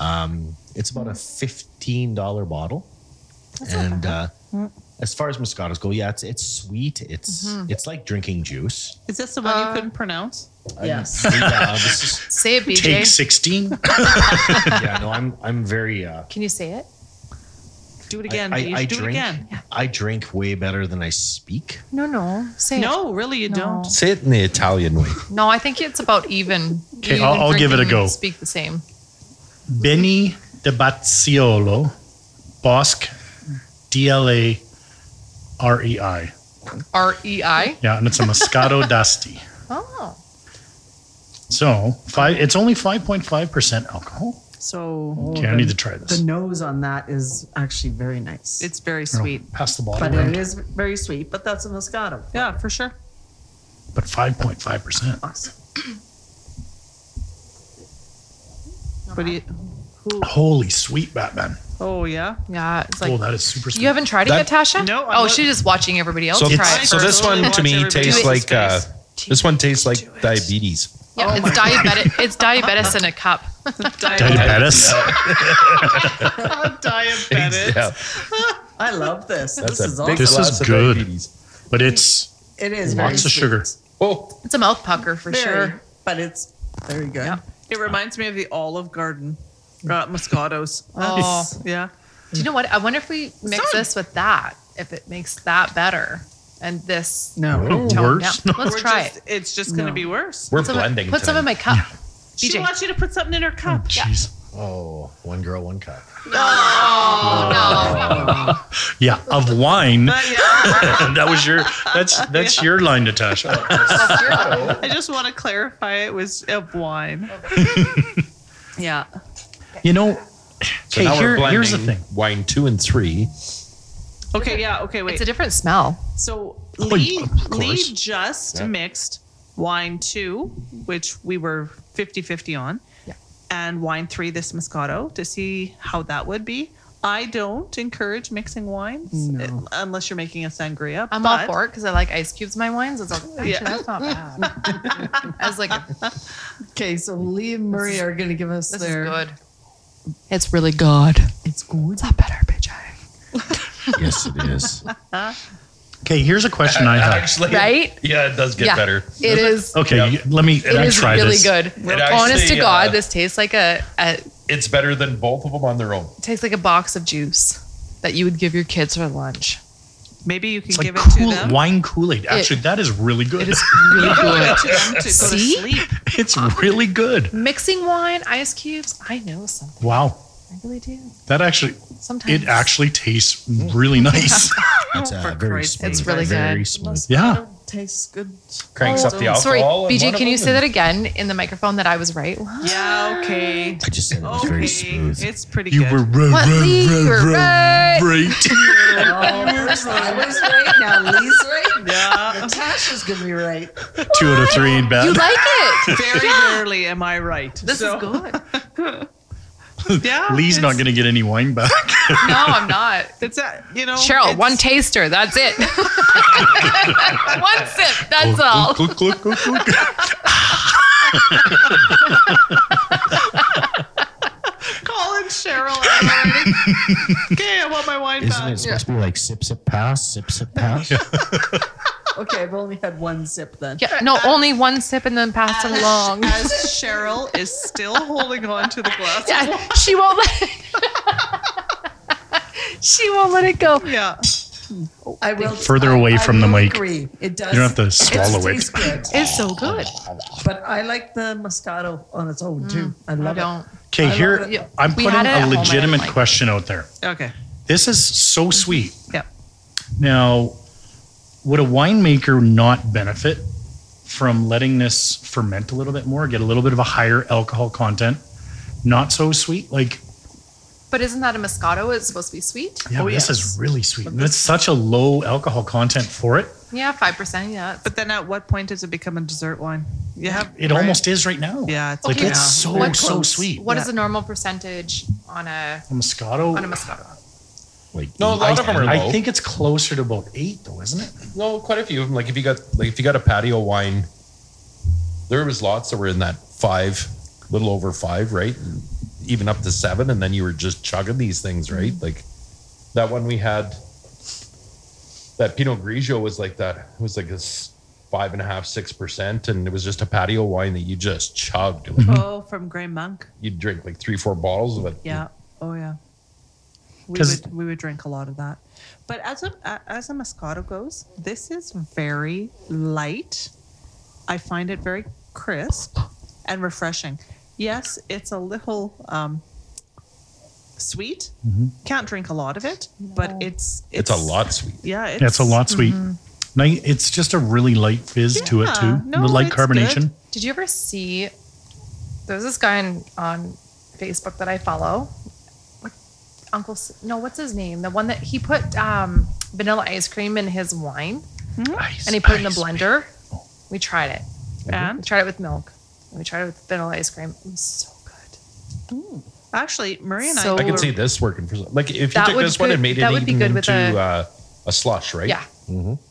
S6: um it's about a $15 bottle and uh
S2: Mm.
S6: as far as Moscatos go yeah it's it's sweet it's
S2: Mm-hmm.
S6: it's like drinking juice
S2: Is this the one
S7: Uh,
S2: you couldn't pronounce?
S7: Yes.
S6: yeah, this is-
S4: say it, BJ.
S1: Take sixteen.
S6: yeah no I'm I'm very uh
S4: Can you say it?
S2: Do it again.
S6: I, I,
S2: Beej.
S6: I
S2: Do
S6: drink
S2: it again.
S6: I drink way better than I speak
S4: No, no, say it.
S2: No, really, you
S4: No.
S2: don't.
S5: Say it in the Italian way.
S4: No, I think it's about even.
S1: Okay,
S4: You
S1: I'll-
S4: and
S1: I'll give it a
S4: drinking
S1: go.
S4: Speak the same.
S1: Benny de Bazziolo, Bosque, D L A R E I.
S4: R E I.
S1: Yeah, and it's a Moscato d'Asti.
S4: Oh,
S1: So five, it's only five point five percent alcohol.
S7: So
S2: Oh.
S1: Okay, I need to try this.
S7: The nose on that is actually very nice.
S2: It's very
S1: Oh,
S2: sweet.
S1: pass the ball
S7: but
S1: around.
S7: it is very sweet. But that's a Moscato.
S2: Yeah, for sure.
S1: But five point five percent.
S7: Awesome.
S2: What do you? Who?
S1: Holy sweet Batman!
S2: Oh yeah.
S4: yeah. It's like
S1: oh, that is super sweet.
S4: you haven't tried it yet,
S5: That-
S4: Tasha.
S2: No, I'm
S4: Oh,
S2: not-
S4: she's just watching everybody else
S5: So,
S4: try it.
S5: so this
S2: Totally
S5: one to
S2: watch
S5: me
S2: everybody
S5: tastes
S4: else's
S5: like uh,
S2: face.
S5: this one tastes like diabetes.
S4: Yeah,
S2: Oh
S4: it's diabetic. it's diabetes in a cup.
S1: diabetes.
S2: Diabetes.
S5: Yeah,
S7: I love this.
S5: that's
S7: this is
S5: a big
S7: awesome.
S1: This
S5: glass
S1: is
S5: of
S1: good.
S5: diabetes.
S1: but it's
S7: It is very
S1: lots of sugar.
S7: sweet.
S5: Oh,
S4: It's a mouth pucker for
S7: Very,
S4: sure.
S7: But it's very good.
S4: Yeah.
S2: It reminds me of the Olive Garden uh,
S7: Mm.
S2: Moscatos.
S4: Oh.
S2: yeah.
S4: Do you know what? I wonder if we mix
S2: Solid.
S4: this with that, if it makes that better, and this.
S7: No.
S1: oh,
S4: tone
S1: worse.
S4: down. Let's
S2: We're
S4: try
S2: just,
S4: it.
S2: It's just going to
S7: No.
S2: be worse.
S5: we're
S4: Put some-
S5: blending.
S4: Put some
S5: tonight.
S4: in my cup.
S2: She
S4: BJ.
S2: wants you to put something in her cup.
S1: Jeez.
S6: Oh, one girl, one cup.
S4: Oh
S1: Yeah, of wine.
S2: But yeah,
S1: that was your. That's that's your line, Natasha.
S2: I just want to clarify it was of wine. yeah.
S1: You know.
S5: So
S1: okay,
S5: now
S1: here,
S5: we're blending
S1: here's the thing.
S5: wine two and three.
S2: Okay. Yeah. Okay.
S4: no!
S2: Wait.
S4: It's a different smell.
S2: so
S1: y-
S2: Lee
S1: Oh, of
S2: Lee
S1: course.
S2: just
S5: Yeah.
S2: mixed wine two, which we were 50 50 on,
S4: Yeah.
S2: and wine three, this Moscato, to see how that would be. I don't encourage mixing wines
S7: No.
S2: uh, unless you're making a sangria.
S4: I'm all
S2: but-
S4: for it because I like ice cubes in my wines. It's like, actually,
S2: Yeah.
S4: that's not bad. I was like,
S7: Okay, so Lee and Murray are going to give us
S4: this
S7: their.
S4: is good. It's really good.
S7: It's good.
S4: It's not better, bitch.
S6: yes, it is.
S2: Oh,
S1: Okay, here's a question I have.
S5: Actually,
S4: Right?
S5: Yeah, it does get
S4: yeah.
S5: better.
S4: It is.
S1: Okay,
S5: Yeah.
S1: you- let me.
S4: It
S1: I
S4: is
S1: try
S4: really
S1: this.
S4: good.
S5: It
S4: Honest to
S5: actually,
S4: God,
S5: uh,
S4: this tastes like a, a
S5: It's better than both of them on their own.
S4: tastes like a box of juice that you would give your kids for lunch.
S2: Maybe you can
S1: It's
S2: give
S1: like
S2: it to
S1: cool,
S2: them.
S1: wine Kool Aid. Actually, that is really good.
S4: It is really good.
S2: to them to go to
S4: See?
S2: sleep.
S1: it's really good.
S4: Mixing wine, ice cubes. I know something.
S1: Wow,
S4: I really do.
S1: that actually
S4: Sometimes
S1: it actually tastes really nice.
S6: It's uh,
S2: For
S6: very
S2: Christ's
S6: smooth.
S4: It's really
S6: very
S4: good.
S6: smooth.
S1: yeah,
S7: Tastes good.
S5: Cranks up the
S7: Oh,
S5: alcohol.
S4: Sorry,
S5: in one
S4: BJ,
S5: of
S4: can you
S5: them
S4: say that
S5: and-
S4: again in the microphone that I was right? What?
S2: Yeah, okay.
S6: I just said it was
S2: Okay.
S6: very smooth.
S2: It's pretty
S1: you
S2: good.
S1: were right.
S4: What? Lee, you're right.
S7: Oh, I was right now. Lee's right.
S2: yeah.
S7: Natasha's going to be right.
S1: Two out of three ain't
S4: You
S1: bad.
S4: like it.
S2: Very rarely am I right.
S4: This
S2: So,
S4: is good. No,
S2: Yeah.
S1: Lee's not
S2: it's-
S1: going to get any wine back.
S4: I'm not.
S2: It's a, you know.
S4: Cheryl,
S2: Oh, it's-
S4: one taster. That's it. one sip. That's
S1: Oh,
S4: all.
S1: Cluck, cluck, cluck, cluck, cluck.
S2: Colin, Cheryl, I'm already. okay, I want my wine
S6: Isn't
S2: back.
S6: it supposed to be like sip, sip, pass, sip, sip, pass?
S7: Okay, I've only had one sip then.
S4: Yeah, no, only one sip and then pass it along.
S2: As Cheryl is still holding on to the glass. Yeah.
S4: Yeah, she won't let it. she won't let it go.
S7: I will
S1: Further
S7: I-
S1: away
S7: I
S1: from the
S7: will
S1: mic.
S7: Agree. It does.
S1: You don't have to swallow
S7: it.
S1: it.
S7: tastes Good,
S4: It's so good.
S7: but I like the Moscato on its own too. Mm. I
S4: I
S7: love
S4: don't.
S1: Okay,
S7: love
S1: here
S7: it.
S4: Yeah,
S1: I'm
S4: we
S1: putting
S4: had it at
S1: a
S4: home, I didn't
S1: legitimate
S4: like it.
S1: question out there.
S2: Okay.
S1: This is so sweet.
S2: Yep.
S1: Now, would a winemaker not benefit from letting this ferment a little bit more, get a little bit of a higher alcohol content? Not so sweet. Like,
S4: But isn't that a Moscato? It's supposed to be sweet.
S1: yeah,
S7: Oh,
S1: this
S7: yes.
S1: is really sweet. And it's such a low alcohol content for it.
S4: Yeah, five percent. Yeah. it's-
S2: But then at what point does it become a dessert wine? You have.
S1: It almost is right now.
S2: Yeah. It's
S1: Like,
S4: Okay.
S1: it's
S4: Yeah.
S1: so,
S4: What-
S1: so sweet.
S4: What is
S2: Yeah.
S4: the normal percentage on a
S1: A Moscato.
S4: on a Moscato?
S6: Like
S5: No, a lot
S1: I-
S5: of them are low.
S1: I think it's closer to about eight, though, isn't it?
S5: No, quite a few of them. Like if you got like if you got a patio wine, there was lots that were in that five, little over five, right? And even up to seven, and then you were just chugging these things, right?
S4: Mm-hmm.
S5: Like that one we had. That Pinot Grigio was like that. It was like this five and a half, six percent, and it was just a patio wine that you just chugged. Like,
S2: Oh, from Grey Monk.
S5: You'd drink like three, four bottles of it.
S2: Yeah. Oh yeah. We
S1: 'Cause-
S2: would we would drink a lot of that. But as a a- as a Moscato goes, this is very light. I find it very crisp and refreshing. Yes, it's a little um, sweet. Can't drink a lot of it, but it's, it's
S5: It's, a lot sweet.
S2: Yeah, it's,
S1: Yeah, it's a lot sweet. Ni- It's just a really light fizz to it,
S2: Yeah,
S1: too.
S2: no,
S1: the light
S2: it's good.
S1: carbonation.
S4: Did you ever see? There's this guy on, on Facebook that I follow. What- Uncle, S- no, what's his name? The one that he put um, vanilla ice cream in his wine
S1: Ice,
S4: and he put it in the
S1: ice.
S4: blender. We tried it. We
S2: And
S4: tried it with milk. And we tried it with vanilla ice cream. It was so good.
S2: actually, Marie and
S4: So-
S2: I
S5: I can see this working for like if you
S4: That
S5: took
S4: would
S5: this one
S4: good-
S5: and made it
S4: that would be
S5: even
S4: good with
S5: into
S4: a-
S5: uh, a slush, right?
S4: Yeah.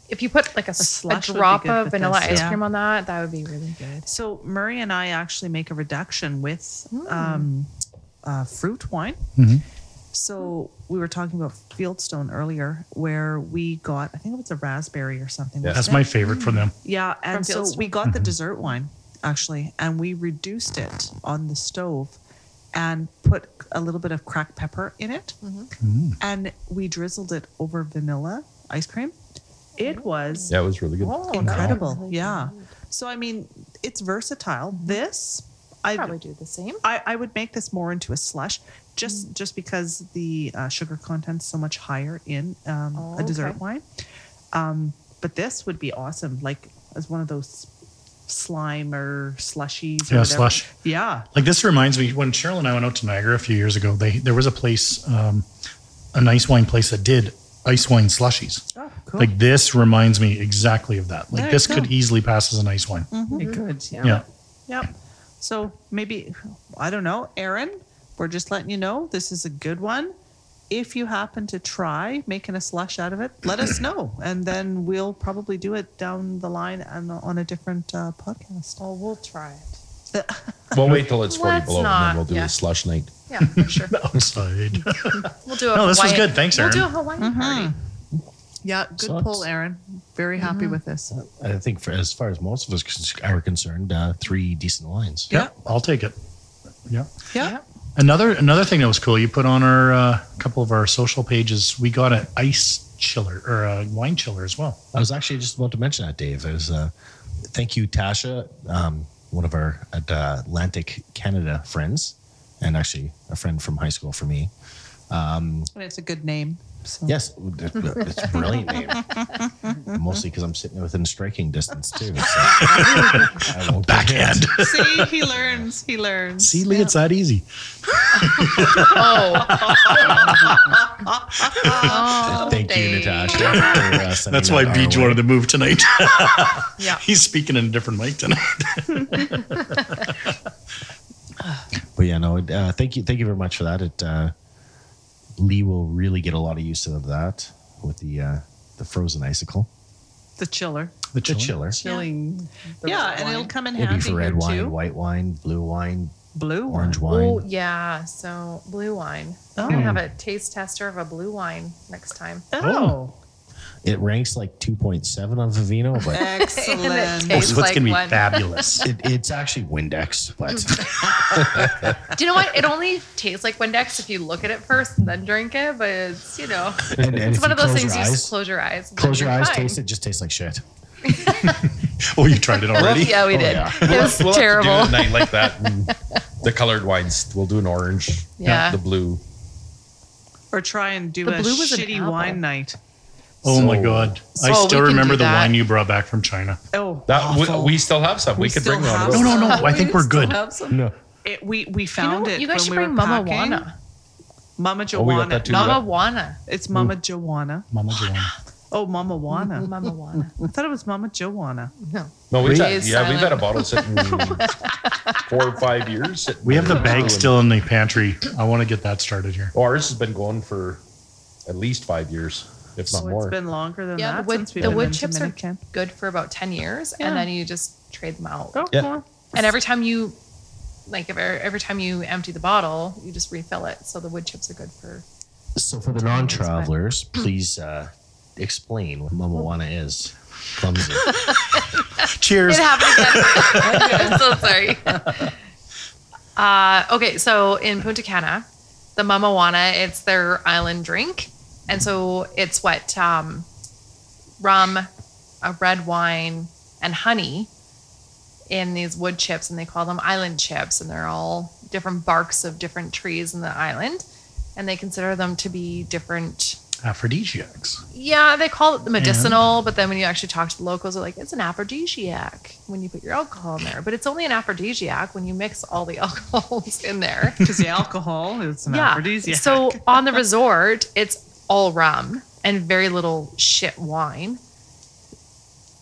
S4: If you put like a, s- a
S2: slush would be
S4: drop
S2: good
S4: of
S2: with
S4: vanilla
S2: this,
S4: ice
S2: yeah.
S4: cream on that, that would be really good.
S2: So Murray and I actually make a reduction with um, uh, fruit wine. So we were talking about Fieldstone earlier, where we got I think it was a raspberry or something.
S5: Yeah.
S2: wasn't
S1: That's
S2: it?
S1: my Mm-hmm. favorite from them.
S2: yeah, and so
S4: From
S2: we got the dessert wine actually, and we reduced it on the stove and put a little bit of cracked pepper in it,
S1: Mm.
S2: and we drizzled it over vanilla ice cream. It was
S5: Yeah, it was really good.
S4: Oh,
S2: incredible. yeah. So I mean, it's versatile. This, I,
S4: Mm-hmm. Probably do the same.
S2: I I would make this more into a slush,
S4: Mm-hmm.
S2: just just because the uh, sugar content's so much higher in um,
S4: Oh,
S2: a dessert
S4: okay.
S2: wine. Um, but this would be awesome, like as one of those slime or slushies. Or
S1: Yeah,
S2: whatever.
S1: slush.
S2: Yeah.
S1: Like this reminds me when Cheryl and I went out to Niagara a few years ago. They there was a place, um, a nice wine place that did ice wine slushies.
S2: Oh,
S7: Cool.
S1: Like this reminds me exactly of that. Like
S2: There
S1: this
S2: you
S1: could
S2: go.
S1: easily pass as a nice wine.
S2: Mhm.
S7: it could. Yeah.
S1: Yeah.
S2: Yep. So maybe, I don't know, Aaron, we're just letting you know this is a good one. If you happen to try making a slush out of it, let us know. And then we'll probably do it down the line and on a different uh, podcast.
S4: Well, we'll try it.
S5: We'll wait till it's 40
S4: Let's
S5: below and
S4: not,
S5: then we'll do
S4: yeah.
S5: a slush night.
S4: Yeah, for sure.
S1: Outside.
S4: We'll do a
S1: No, this was
S4: Hawaii-
S1: good. Thanks, Erin.
S4: We'll do a Hawaii party.
S2: Yeah, good
S6: Sucks.
S2: pull, Aaron. Very happy with this.
S6: I think for as far as most of us cons- are concerned, uh, three decent wines.
S1: Yeah, I'll take it. Yeah.
S2: Yeah.
S1: Another another thing that was cool, you put on our uh, couple of our social pages, we got an ice chiller or a wine chiller as well.
S6: I was actually just about to mention that, Dave. It was uh, thank you, Tasha, um, one of our at, uh, Atlantic Canada friends, and actually a friend from high school for me.
S2: And it's a good name. So.
S6: Yes, it's a brilliant name. Mostly because I'm sitting within striking distance too. So I won't
S1: Backhand.
S2: See, he learns. He learns.
S1: See, Lee, it's that easy.
S4: Oh,
S2: Oh,
S6: Thank you,
S4: Dave.
S6: Natasha. for, uh, sending
S1: That's
S6: that
S1: why
S6: our
S1: Beach
S6: way.
S1: wanted to move tonight.
S4: Yeah.
S1: He's speaking in a different mic tonight.
S6: But yeah, no. it, Uh, thank you, thank you very much for that. It uh, Lee will really get a lot of use out of that with the uh, the frozen icicle,
S2: The chiller.
S1: The
S6: the chiller.
S7: Chilling. the
S2: yeah,
S7: red
S2: and it'll
S7: wine.
S2: come in
S6: It'd be
S2: handy
S6: for red
S2: here
S6: wine,
S2: too.
S6: white wine, blue wine,
S2: Blue
S6: orange wine. Hmm.
S4: oh, yeah. So blue wine. I'm
S2: Oh.
S4: gonna have a taste tester of a blue wine next time.
S2: Oh,
S6: It ranks like two point seven on Vivino, but
S2: excellent.
S1: Oh,
S4: tastes
S1: so it's
S4: like
S1: gonna be
S4: one.
S1: fabulous.
S6: it, it's actually Windex. But
S4: Do you know what? It only tastes like Windex if you look at it first and then drink it, but it's you know,
S6: and, and
S4: it's
S6: if
S4: one
S6: you
S4: of those
S6: close
S4: things
S6: your
S4: you
S6: eyes-
S4: just close your eyes. and then
S6: Close your
S4: you're
S6: eyes,
S4: fine.
S6: taste it. Just tastes like shit.
S1: oh, you tried it already?
S4: Yeah,
S6: Oh,
S4: we did. It was
S5: We'll
S4: terrible.
S5: have to do a night like that. and the colored wines. We'll do an orange.
S4: Yeah.
S5: The blue.
S2: or try and do
S4: The
S2: a
S4: blue was an
S2: shitty
S4: apple.
S2: wine night.
S1: Oh my
S5: So-
S1: god. I
S4: So we
S1: still
S4: can
S1: remember
S4: do
S1: the
S4: that.
S1: wine you brought back from China.
S2: Oh,
S5: That we, we still have some. We,
S2: We
S5: could
S2: still
S5: bring one.
S2: have
S5: of
S1: No,
S5: those.
S1: no, no. I think we're good.
S2: Mm-hmm.
S6: No,
S2: it, we we
S4: You know,
S2: found it.
S4: you guys
S2: when
S4: should
S2: we
S4: bring
S2: were
S4: Mama
S2: packing.
S4: Wana.
S2: Mama
S5: Oh, we got
S2: Joanna.
S5: that too. Mm.
S2: Not-
S4: Mama Wana.
S2: it's Mama Joanna.
S1: Mama Joanne.
S2: Oh, Mama Wana.
S4: Mm-hmm. Mama Wana.
S2: I thought it was Mama Joanna.
S4: No.
S5: No, we've had,
S4: Please,
S5: yeah, we've
S4: silent.
S5: had a bottle sitting four or five years. sitting
S1: We have the
S5: there.
S1: bag
S4: Oh.
S1: still in the pantry. I want to get that started here.
S5: Oh, ours has been going for at least five years, if not
S2: So
S5: more.
S2: it's been longer than
S4: Yeah,
S2: that
S4: the wood,
S2: since we've
S4: the
S2: been in
S4: wood chips are
S2: Dominican.
S4: good for about 10 years
S2: Yeah. Oh.
S4: and then you just trade them out.
S2: Go
S5: Yeah.
S2: for it.
S4: And every time you like every, every time you empty the bottle, you just refill it. So the wood chips are good for
S6: So for the non-travelers, please uh, explain what Momowana is. Clumsy.
S1: Cheers.
S4: It happened again. I'm so sorry. Uh, okay, so in Punta Cana, the Mamawana, it's their island drink. And so it's what um, rum, a red wine, and honey in these wood chips, and they call them island chips. And they're all different barks of different trees in the island. And they consider them to be different
S1: Aphrodisiacs.
S4: yeah, they call it the medicinal, but then when you actually talk to the locals, they're like, it's an aphrodisiac when you put your alcohol in there. But it's only an aphrodisiac when you mix all the alcohols in there.
S2: Because the alcohol is an
S4: yeah.
S2: aphrodisiac.
S4: So on the resort, it's all rum and very little shit wine.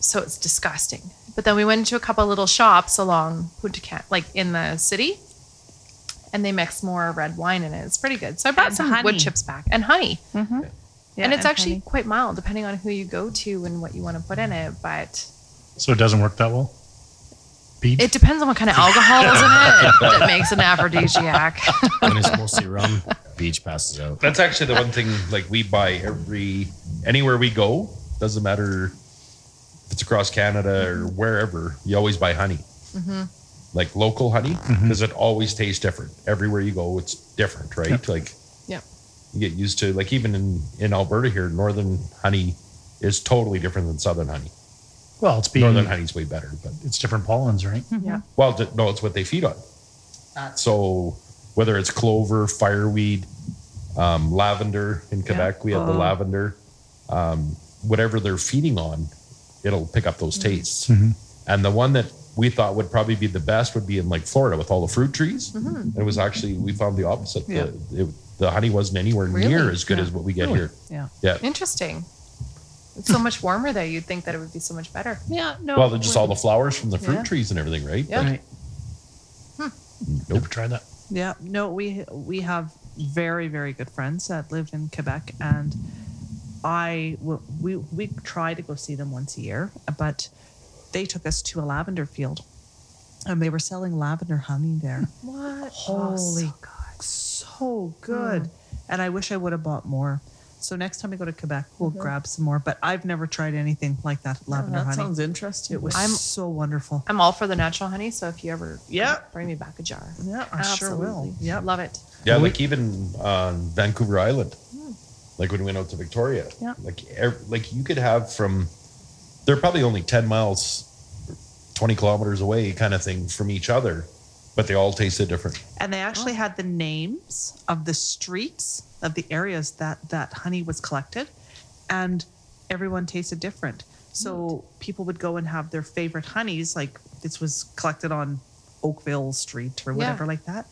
S4: So it's disgusting. But then we went into a couple little shops along Punta Cana, like in the city, and they mix more red wine in it. It's pretty good. So I brought
S2: And
S4: some
S2: honey. Mm-hmm.
S4: wood chips back and honey
S2: Yeah,
S4: and it's actually
S2: honey.
S4: quite mild, depending on who you go to and what you want to put in it. But
S1: So it doesn't work that well? Beach?
S4: it depends on what kind of alcohol is in it that makes an aphrodisiac.
S6: and it's mostly rum. Beach passes out.
S5: That's actually the one thing like we buy every anywhere we go. Doesn't matter if it's across Canada or wherever. You always buy honey, like local honey, because it always tastes different everywhere you go. It's different, right? Like,
S4: Yep.
S5: you get used to like even in in Alberta here, northern honey is totally different than southern honey.
S1: well, it's being,
S5: Northern honey's way better, but
S1: it's different pollens, right?
S4: yeah.
S5: well, d- no, it's what they feed on.
S7: That's-
S5: So whether it's clover, fireweed, um, lavender in Quebec, we have the
S2: Oh.
S5: lavender. Um, whatever they're feeding on, it'll pick up those tastes.
S1: Mhm.
S5: And the one that we thought would probably be the best would be in like Florida with all the fruit trees. And it was actually we found the opposite.
S2: Yeah.
S5: The, it, the honey wasn't anywhere
S4: Really?
S5: near as good
S2: Yeah.
S5: as what we get here.
S2: Yeah.
S5: Yeah.
S4: Interesting. It's so much warmer there. You'd think that it would be so much better.
S2: Yeah, no.
S5: Well, they're just all the flowers from the fruit
S4: Yeah.
S5: trees and everything, right?
S4: Yeah.
S5: Like, nope.
S1: Never tried that.
S2: Yeah, no, we we have very very good friends that live in Quebec, and I w- we we try to go see them once a year, but they took us to a lavender field, and they were selling lavender honey there.
S4: What?
S2: Holy God, so good! And I wish I would have bought more. So next time we go to Quebec, we'll grab some more. But I've never tried anything like Mm-hmm. Oh, that lavender
S7: that
S2: honey.
S7: sounds interesting.
S2: it was
S4: I'm-
S2: so wonderful.
S4: I'm all for the natural honey. So if you ever
S2: Yeah.
S4: bring me back a jar,
S2: Yeah, I sure will.
S4: Absolutely.
S2: Yeah,
S4: love it.
S5: Yeah, like even on Vancouver Island, like when we went out to Victoria,
S2: Yeah.
S5: like ev- like you could have from they're probably only ten miles, twenty kilometers away, kind of thing from each other, but they all tasted different.
S2: and they actually
S4: Oh.
S2: had the names of the streets of the areas that that honey was collected and everyone tasted different so people would go and have their favorite honeys like this was collected on oakville street or
S4: Yeah.
S2: whatever like that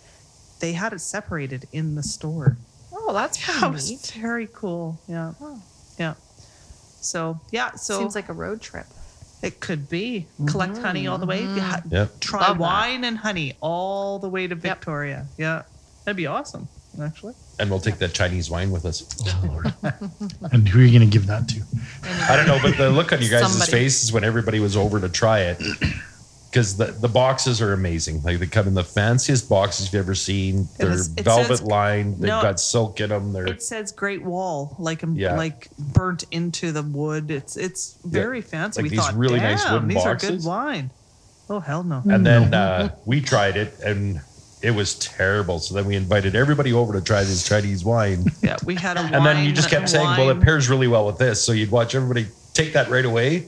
S2: they had it separated in the store
S4: Oh, that's pretty
S2: that was
S4: neat.
S2: very cool yeah
S4: Oh.
S2: yeah so yeah so
S4: Seems like a road trip.
S2: it could be collect honey all the way ha-
S5: Yeah,
S2: try
S4: Love that.
S2: wine and honey all the way to victoria yeah that'd be awesome actually
S5: and we'll take that Chinese wine with us.
S2: Oh,
S1: And who are you going to give that to?
S5: I don't know, but the look on you guys'
S4: Somebody.
S5: faces when everybody was over to try it, because the, the boxes are amazing. Like they come in the fanciest boxes you've ever seen.
S2: It
S5: They're
S2: was- it
S5: velvet
S2: says-
S5: lined. They've
S2: No.
S5: got silk in them. They're
S2: It says Great Wall, like um,
S5: Yeah.
S2: like burnt into the wood. It's it's very fancy.
S5: Like
S2: we
S5: these
S2: thought,
S5: really
S2: Damn,
S5: nice wooden
S2: these are good
S5: boxes."
S2: wine. Oh hell no!
S5: And then uh, we tried it and it was terrible. So then we invited everybody over to try this Chinese wine.
S2: Yeah, we had a wine.
S5: And then you just kept saying, well, it
S2: wine-
S5: pairs really well with this. So you'd watch everybody take that right away.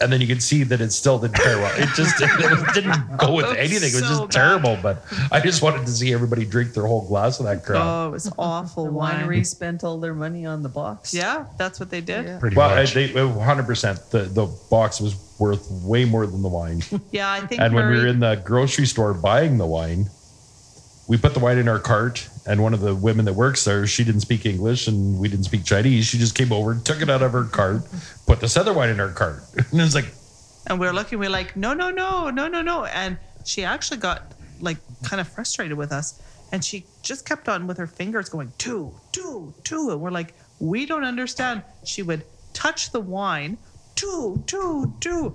S5: And then you could see that it still didn't pair well. It just it didn't go with anything. It was
S2: So
S5: just
S2: bad.
S5: terrible. But I just wanted to see everybody drink their whole glass of that crap.
S2: Oh, it was awful
S7: The
S2: wine.
S7: winery spent all their money on the box.
S2: Yeah, that's what they did.
S4: Yeah.
S2: Yeah,
S1: Pretty
S5: well, I-
S1: much.
S5: they, 100%. The, the box was worth way more than the wine.
S2: I think.
S5: And when we were
S2: Murray-
S5: in the grocery store buying the wine, we put the wine in our cart, and one of the women that works there, she didn't speak English and we didn't speak Chinese. She just came over, took it out of her cart, put this other wine in her cart. And it was like,
S2: and we were looking, we are like, no, no, no, no, no, no. And she actually got like kind of frustrated with us. And she just kept on with her fingers going, two, two, two. And we're like, we don't understand. She would touch the wine, two, two, two.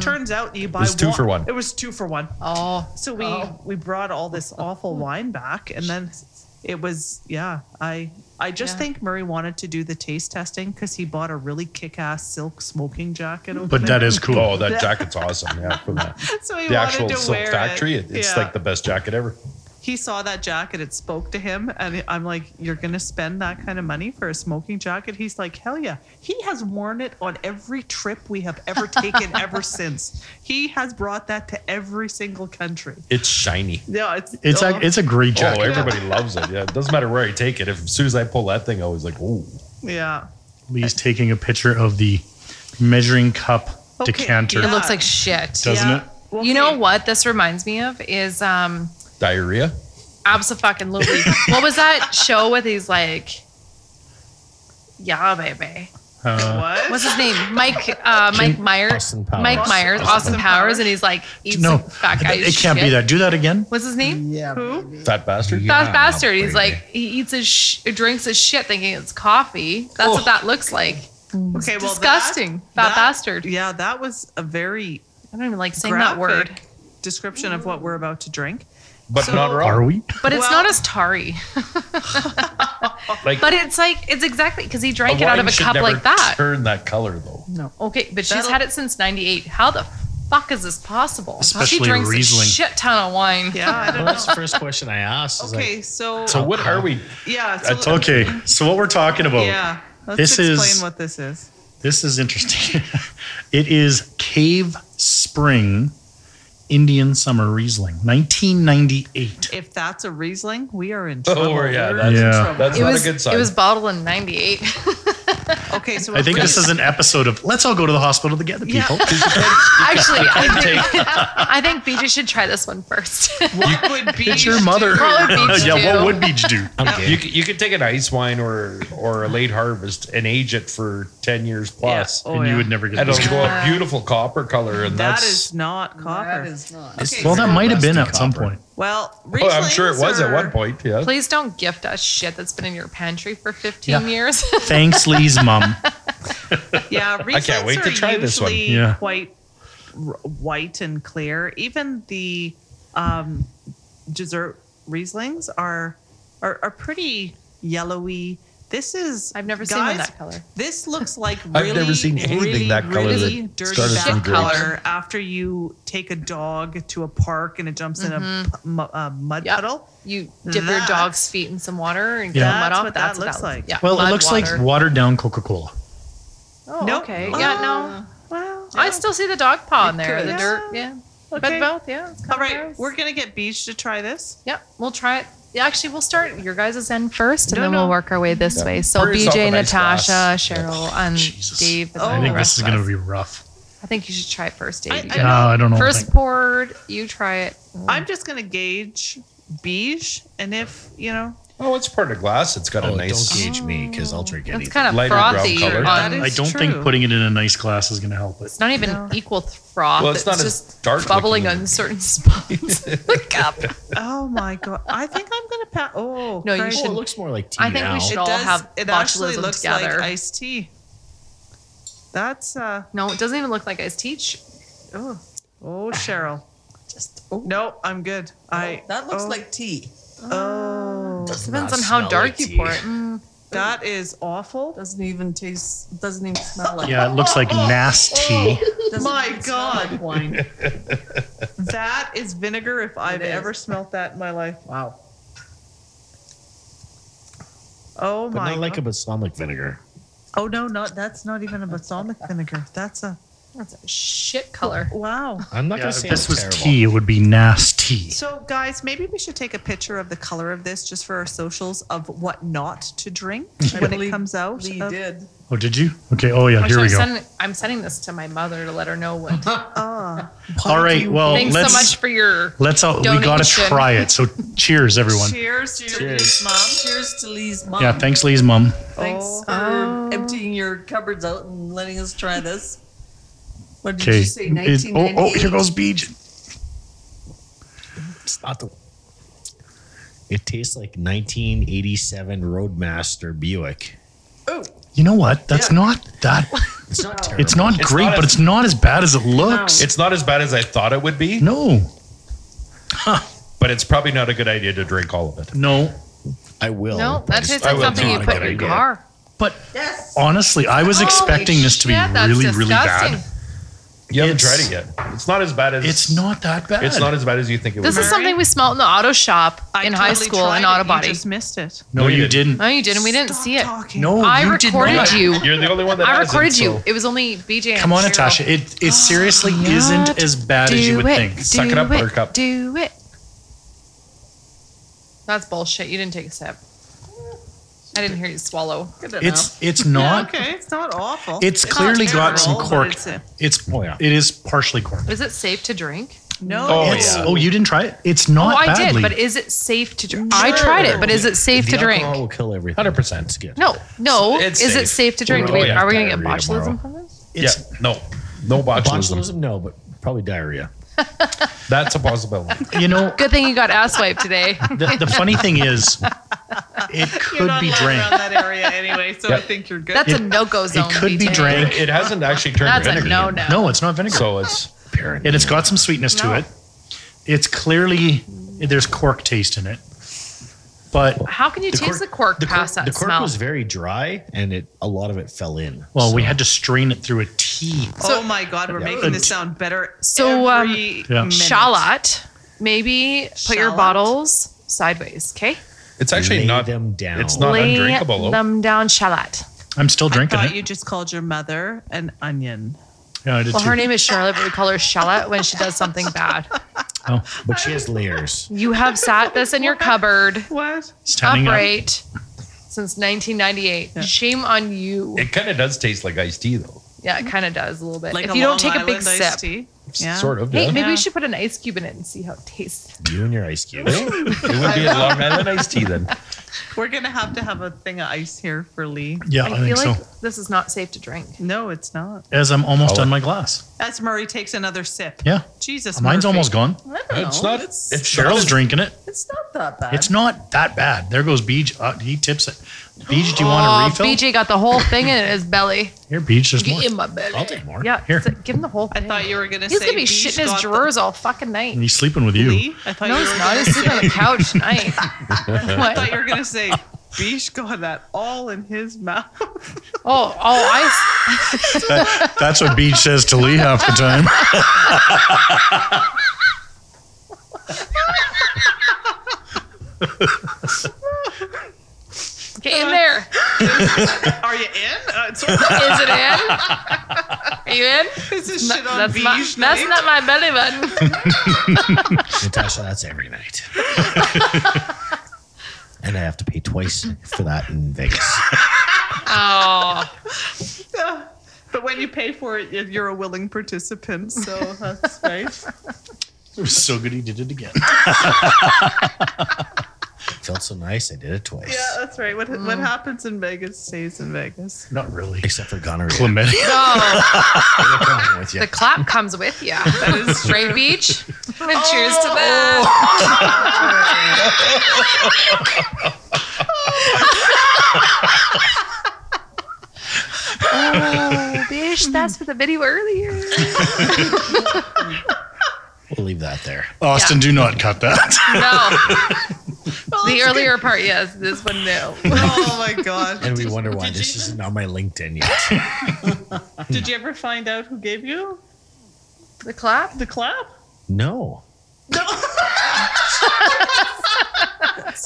S2: Turns out you buy
S5: was two for one.
S2: It was two for one.
S4: Hmm. Oh,
S2: So we
S4: Oh.
S2: we brought all this awful wine back, and then it was yeah. I I just
S4: Yeah.
S2: think Murray wanted to do the taste testing because he bought a really kick-ass silk smoking jacket. Over
S1: But
S2: there.
S1: that is cool.
S5: oh, that jacket's awesome. Yeah. For the
S2: so he
S5: the
S2: wanted
S5: actual
S2: to
S5: silk
S2: wear
S5: factory,
S2: It.
S5: it, it's
S2: Yeah.
S5: like the best jacket ever.
S2: he saw that jacket, it spoke to him, and I'm like, "You're gonna spend that kind of money for a smoking jacket?" He's like, "Hell yeah!" He has worn it on every trip we have ever taken ever since. He has brought that to every single country.
S5: It's shiny.
S2: Yeah, it's
S1: It's
S2: oh,
S1: a, it's a great
S5: Oh,
S1: jacket.
S5: everybody loves it. Yeah. It doesn't matter where I take it. If, as soon as I pull that thing, I was like, oh,
S2: yeah.
S1: Lee's taking a picture of the measuring cup
S2: Okay,
S1: decanter.
S2: yeah.
S4: it looks like shit.
S1: Doesn't
S2: Yeah.
S1: it?
S2: Well,
S4: You know
S2: okay.
S4: what this reminds me of is um
S5: diarrhea.
S4: fucking Louie. what was that show with these like yeah, baby.
S1: Uh,
S2: What?
S4: What's his name? Mike uh Mike Myers.
S6: Austin Powers.
S4: Mike Myers,
S2: Austin
S4: Austin, Powers, and he's like eats
S1: no,
S4: fat guy's
S1: it can't be
S4: shit.
S1: that. Do that again.
S4: What's his name?
S7: Yeah.
S2: Who?
S5: Fat bastard.
S4: Fat
S6: Yeah,
S4: bastard. He's
S6: baby.
S4: like he eats his sh- drinks his shit thinking it's coffee. That's
S2: Oh.
S4: what that looks like.
S2: Okay, well, that-
S4: Disgusting. Fat
S2: that-
S4: bastard.
S2: Yeah, that was a very
S4: I don't even like saying
S2: graphic
S4: that word.
S2: description of what we're about to drink.
S5: But
S2: So-
S5: not wrong.
S1: Are we?
S4: But it's
S2: Well-
S4: not as tarry.
S5: Like,
S4: But it's like it's exactly because he drank it out of
S5: wine
S4: a
S5: should
S4: cup
S5: never
S4: like that.
S5: Turn that color though.
S4: Okay, but she's
S2: That'll-
S4: had it since '98. How the fuck is this possible? she
S1: Especially
S4: drinks
S1: Riesling.
S4: a shit ton of wine.
S2: Yeah, I don't
S6: Well, that's
S2: know.
S6: the first question I asked. Is
S2: Okay,
S6: Like,
S2: so,
S5: So what are we?
S2: yeah, so,
S5: that's
S1: Okay, so what we're talking about.
S2: yeah. Let's
S1: This
S2: explain
S1: is-
S2: what this is.
S1: This is interesting. it is Cave Spring Indian Summer Riesling, 1998.
S2: If that's a Riesling, we are in trouble.
S5: Oh yeah, that's,
S1: Yeah.
S5: that's
S4: it
S5: not
S4: was
S5: a good sign.
S4: it was bottled in '98.
S2: Okay, so
S1: I think this is an episode of Let's all go to the hospital together,
S2: Yeah.
S1: people.
S4: Actually, I think, I think BJ should try this one first.
S2: what would be
S1: It's your mother.
S4: What would Beach
S1: yeah,
S4: do?
S1: what would Beach do?
S6: I'm
S5: You
S6: gay.
S5: could, you could take an ice wine or or a late harvest and age it for ten years plus,
S2: Oh,
S1: and
S2: yeah.
S1: you would never get
S5: and
S1: this.
S5: it'll go a
S4: Yeah.
S5: beautiful copper color. And
S2: That
S5: that's
S2: is not copper.
S7: That is not.
S2: Okay,
S1: Well, that might have been
S8: Rusty
S1: at some
S8: copper.
S1: point.
S2: well,
S5: oh, I'm sure it was at
S2: Rieslings
S5: one
S2: are-
S5: point. Yeah,
S4: Please don't gift us shit that's been in your pantry for 15
S1: Yeah.
S4: years.
S1: Thanks, Lee's mom.
S2: Yeah, I
S5: can't wait to try this one.
S1: Yeah.
S2: Quite r- white and clear. Even the um, dessert Rieslings are, are are pretty yellowy. This is
S4: I've never seen one
S2: guys,
S4: that color.
S2: This looks like
S5: I've
S2: really,
S5: never seen anything
S2: really,
S5: that color that
S2: really dirty
S5: started
S2: that
S4: from grapes.
S2: color after you take a dog to a park and it jumps in a p- mu- uh, mud
S4: Mm-hmm. Yep.
S2: puddle.
S4: You dip your
S2: That-
S4: dog's feet in some water and
S1: Yeah.
S4: get the mud
S2: That's
S4: off.
S2: what
S4: that's
S2: that
S4: what
S2: looks like.
S4: Yeah.
S1: Well, it
S4: Mud
S1: looks
S4: water.
S1: like watered down Coca Cola.
S2: Mm.
S4: Oh,
S2: Nope.
S4: okay.
S2: Oh.
S4: Yeah, no. I still see the dog paw in there.
S7: could.
S4: The
S2: Yeah.
S4: dirt. Yeah.
S2: Okay.
S4: But both, yeah. it's
S2: All
S4: kinda
S2: right,
S4: gross.
S2: we're gonna get Beach to try this.
S4: Yep, we'll try it. Yeah, actually, we'll start your guys' end first, and
S2: No,
S4: then
S2: no.
S4: we'll work our way this way. So
S5: Pour yourself
S4: BJ,
S5: a nice
S4: Natasha,
S5: glass.
S4: Cheryl, and
S1: Jesus.
S4: Dave. and
S2: I
S4: then
S1: I
S4: the
S1: think
S4: rest
S1: this is
S4: of
S1: going to
S4: us.
S1: be rough.
S4: I think you should try it first, Dave.
S2: I-
S4: You
S2: I
S4: guys.
S1: No, I don't know.
S4: first
S1: Like,
S4: poured, you try it.
S2: I'm just gonna gauge Beige, and if you know,
S5: oh, it's part of glass. It's got
S6: Oh,
S5: a nice.
S6: don't gauge me because I'll drink
S4: It's
S6: anything.
S4: kind of
S5: Lighter brown
S4: frothy.
S5: color.
S4: on-
S2: That
S1: I
S2: is
S1: don't
S2: true.
S1: think putting it in a nice glass is going to help it.
S4: it's not even equal th- froth.
S5: Well, it's not as
S4: just
S5: dark
S4: bubbling
S5: looking.
S4: on certain spots. of the cup.
S2: oh my god, I think I'm gonna pass. Oh
S4: No, you
S2: Christ.
S4: should-
S6: oh, it looks more like tea
S4: I think we
S6: now.
S4: should- all have
S2: It actually
S4: botulism
S2: looks
S4: together.
S2: like iced tea. That's uh
S4: No, it doesn't even look like iced tea. Sh- Oh,
S2: oh Cheryl.
S7: Just, oh,
S2: No, I'm good. I
S7: that uh, looks
S2: oh,
S7: like tea.
S2: oh
S6: Does
S4: depends
S6: not
S4: on how
S6: smell
S4: dark
S6: like
S4: you
S6: tea.
S4: pour it. Mm,
S2: that is awful.
S7: Doesn't even taste. Doesn't even smell like.
S1: Yeah, it looks like nasty.
S7: doesn't
S2: My
S7: even smell
S2: God.
S7: like wine.
S2: That is vinegar if I've
S7: is.
S2: ever smelt that in my life.
S7: Wow.
S2: Oh
S6: but
S2: my
S6: not like a
S2: god.
S6: balsamic vinegar.
S2: oh no, not that's not even a balsamic vinegar. That's a
S4: that's a shit color.
S1: Oh,
S2: wow.
S6: I'm not
S1: Yeah,
S6: gonna
S1: if
S6: say
S1: this
S6: it's
S1: was
S6: terrible.
S1: tea, it would be nasty.
S2: So, guys, maybe we should take a picture of the color of this just for our socials of what not to drink when it
S7: believe
S2: comes out.
S7: Lee
S2: of-
S7: did.
S1: Oh, did you? Okay. Oh, yeah. Here we
S4: Actually, I'm,
S1: go.
S4: Sending, I'm sending this to my mother to let her know what.
S2: Ah.
S1: All right. Well,
S4: Thanks
S1: Oh, let's
S4: so much for your.
S1: let's all. We got to
S4: donation.
S1: try it. So, cheers, everyone.
S2: Cheers to your
S7: Cheers, mom. Cheers to Lee's mom.
S1: Yeah. Thanks, Lee's mom.
S7: Thanks
S2: Oh.
S7: for emptying your cupboards out and letting us try this. What did
S1: Okay.
S7: you say?
S1: Is- Oh, oh, here
S7: 1998.
S1: goes Beach.
S6: It's not the. It tastes like 1987 Roadmaster Buick.
S1: You know what? That's
S7: Yeah.
S1: not that.
S6: It's not terrible.
S1: It's not
S5: It's
S1: great,
S5: not
S1: but
S5: as-
S1: it's not as bad as it looks.
S5: It's not as bad as I thought it would be,
S1: No,
S5: but it's probably not a good idea to drink all of it.
S1: no.
S6: I
S1: Oh,
S6: will.
S4: No,
S6: but
S4: that
S6: it's
S4: tastes
S5: I
S4: like
S5: will
S4: something
S5: do
S4: you
S5: it.
S4: put
S5: I
S4: in your
S5: will do it.
S4: car.
S1: But
S7: Yes.
S1: honestly, I was
S4: Holy
S1: expecting this to be
S4: shit, that's
S1: really, really bad.
S4: disgusting.
S5: You haven't
S1: It's-
S5: tried it yet. It's not as bad as
S1: It's not that bad.
S5: It's not as bad as you think it
S4: This
S5: would.
S2: Mary?
S4: is something we smelled in the auto shop
S2: I
S4: in high
S2: totally
S4: school
S2: tried
S4: in
S2: it,
S4: auto
S2: You
S4: body.
S2: just missed it.
S1: No, you didn't.
S4: No, you didn't. We didn't see it.
S2: Talking.
S1: No,
S4: I
S1: Oh, you did
S4: recorded
S1: not.
S4: you.
S5: You're the only one that
S4: I
S5: hasn't,
S4: recorded you.
S5: so
S4: It was only BJ. and
S1: Come on,
S4: Cheryl.
S1: Natasha. It it seriously isn't as bad as you would think.
S5: Suck it up, buttercup.
S4: Do it. That's bullshit. You didn't take a sip. I didn't hear you swallow.
S7: Good enough.
S1: It's it's not.
S2: okay, it's not awful.
S1: It's clearly
S2: not
S1: got some
S2: terrible, but
S1: cork.
S2: it's a-
S1: It's
S6: Oh, yeah.
S1: it is partially cork.
S4: Is it safe to drink?
S2: no,
S5: Oh,
S1: It's-
S5: yeah.
S1: oh, you didn't try it. It's not
S4: oh, I
S1: badly.
S4: did. But is it safe to drink? I tried it, but is it safe
S6: the
S4: to drink?
S6: Alcohol will kill everything.
S5: 100%.
S6: It's good.
S4: No, no.
S5: It's
S4: is it
S5: safe.
S4: safe to drink? Do
S5: We're
S4: we,
S5: gonna
S4: are we
S5: have
S4: going to get
S5: diarrhea tomorrow.
S4: botulism from this?
S5: Yeah,
S1: it's
S5: no, no botulism.
S6: Botulism, no, but probably diarrhea.
S5: That's a possibility.
S1: you know
S4: Good thing you got ass wiped today.
S1: the, the funny thing is, it
S2: you're
S1: could
S2: not
S1: be
S2: allowed
S1: drank.
S2: around that area anyway, so I
S5: Yep.
S2: think you're good.
S4: That's a no go zone.
S1: could be
S4: BJ.
S1: drank.
S5: it, it hasn't actually turned
S4: That's a
S5: vinegar
S4: no
S5: yet.
S4: no.
S1: No, it's not vinegar.
S5: So it's
S6: Apparently.
S1: and it's got some sweetness
S4: No.
S1: to it. It's clearly there's cork taste in it, but
S4: How can you
S6: The
S4: taste
S6: cork-
S4: the cork
S6: the cork,
S4: past that
S6: the cork
S4: smell?
S6: was very dry, and it a lot of it fell in.
S1: well, we
S6: So-
S1: had to strain it through a tea.
S2: oh
S4: so-
S2: my god, we're
S6: Yeah.
S2: making this sound better.
S4: So, um,
S2: every
S1: Yeah.
S2: minute.
S4: Shallot. Maybe put your
S2: Shallot?
S4: bottles sideways. Okay.
S5: it's actually
S6: Lay
S5: not
S6: them down.
S5: It's not
S4: Lay
S5: undrinkable. though.
S4: them down. Shallot.
S1: I'm still
S2: I
S1: drinking
S2: thought
S1: it.
S2: you just called your mother an onion.
S1: yeah, I did
S4: Well,
S1: too.
S4: her name is Charlotte, but we call her Shallot when she does something bad.
S1: oh,
S6: but she has layers.
S4: You have sat this in your cupboard,
S2: What?
S1: standing up.
S4: upright, since 1998.
S2: Yeah.
S4: Shame on you.
S5: It kind of does taste like iced tea, though.
S4: yeah, it kind of does a little bit.
S2: Like
S4: if
S2: a
S4: you don't
S2: Long
S4: take a big
S2: Island iced
S4: sip.
S2: tea. Yeah.
S5: Sort of.
S4: Hey,
S5: Yeah.
S4: maybe we
S2: Yeah.
S4: should put an ice cube in it and see how it tastes.
S6: You and your ice cube.
S5: it would be a Long Island iced tea then.
S2: We're gonna have to have a thing of ice here for Lee.
S1: Yeah, I,
S4: I,
S1: think
S4: feel like
S1: so.
S4: this is not safe to drink.
S2: No, it's not.
S1: As I'm almost
S5: Oh.
S1: done my glass.
S2: As Murray takes another sip.
S1: Yeah.
S2: Jesus.
S1: Mine's
S2: Murphy.
S1: almost gone.
S7: I don't know.
S5: It's not.
S7: It's,
S5: it's not
S1: Cheryl's
S5: as-
S1: drinking it.
S7: it's not that bad.
S1: It's not that bad. There goes Beej. Uh, he tips it. Beej, do you want a
S4: Oh,
S1: refill?
S4: BJ got the whole thing in his belly.
S1: Here, Beej, there's more.
S4: Get in my belly.
S6: I'll take more.
S4: Yeah,
S1: Here.
S4: it's like, give him the whole
S2: I
S4: thing.
S2: thought you were gonna
S4: He's
S2: say
S4: gonna be
S2: Beach
S4: shitting his
S2: got the-
S4: drawers all fucking night.
S1: And he's sleeping with you.
S2: Lee? I thought
S4: No,
S2: you
S4: he's
S2: were
S4: not.
S2: gonna
S4: He's sleeping
S2: say,
S4: on the couch tonight.
S2: I thought you
S4: what?
S2: were gonna say Beach got that all in his mouth.
S4: Oh, oh, I.
S1: That- that's what Beej says to Lee half the time.
S4: Get in there.
S2: Are you in? Uh, it's,
S4: Is it in? Are you in?
S2: this is shit on
S4: That's, my,
S2: Beach
S4: that's
S2: night.
S4: not my belly button.
S6: Natasha, that's every night. and I have to pay twice for that in Vegas.
S4: Oh,
S2: But when you pay for it, you- you're a willing participant. So that's right.
S1: It was so good he did it again.
S6: felt so nice, I did it twice.
S2: Yeah, that's right. What what
S6: Mm.
S2: happens in Vegas stays in Vegas.
S1: Not really.
S6: Except for gonorrhea.
S1: Chlamydia.
S4: no.
S6: They're coming with you.
S4: The clap comes with you. That is Ray Beach. And cheers to that. Oh, bitch, that's for the video earlier.
S6: We'll leave that there.
S1: Austin, do not cut that.
S4: No. The earlier part, yes. This one, no.
S2: Oh my god!
S6: And we wonder why
S2: did
S6: this
S2: you
S6: isn't on my LinkedIn yet.
S2: Did you ever find out who gave you
S4: The clap?
S2: the clap?
S6: No.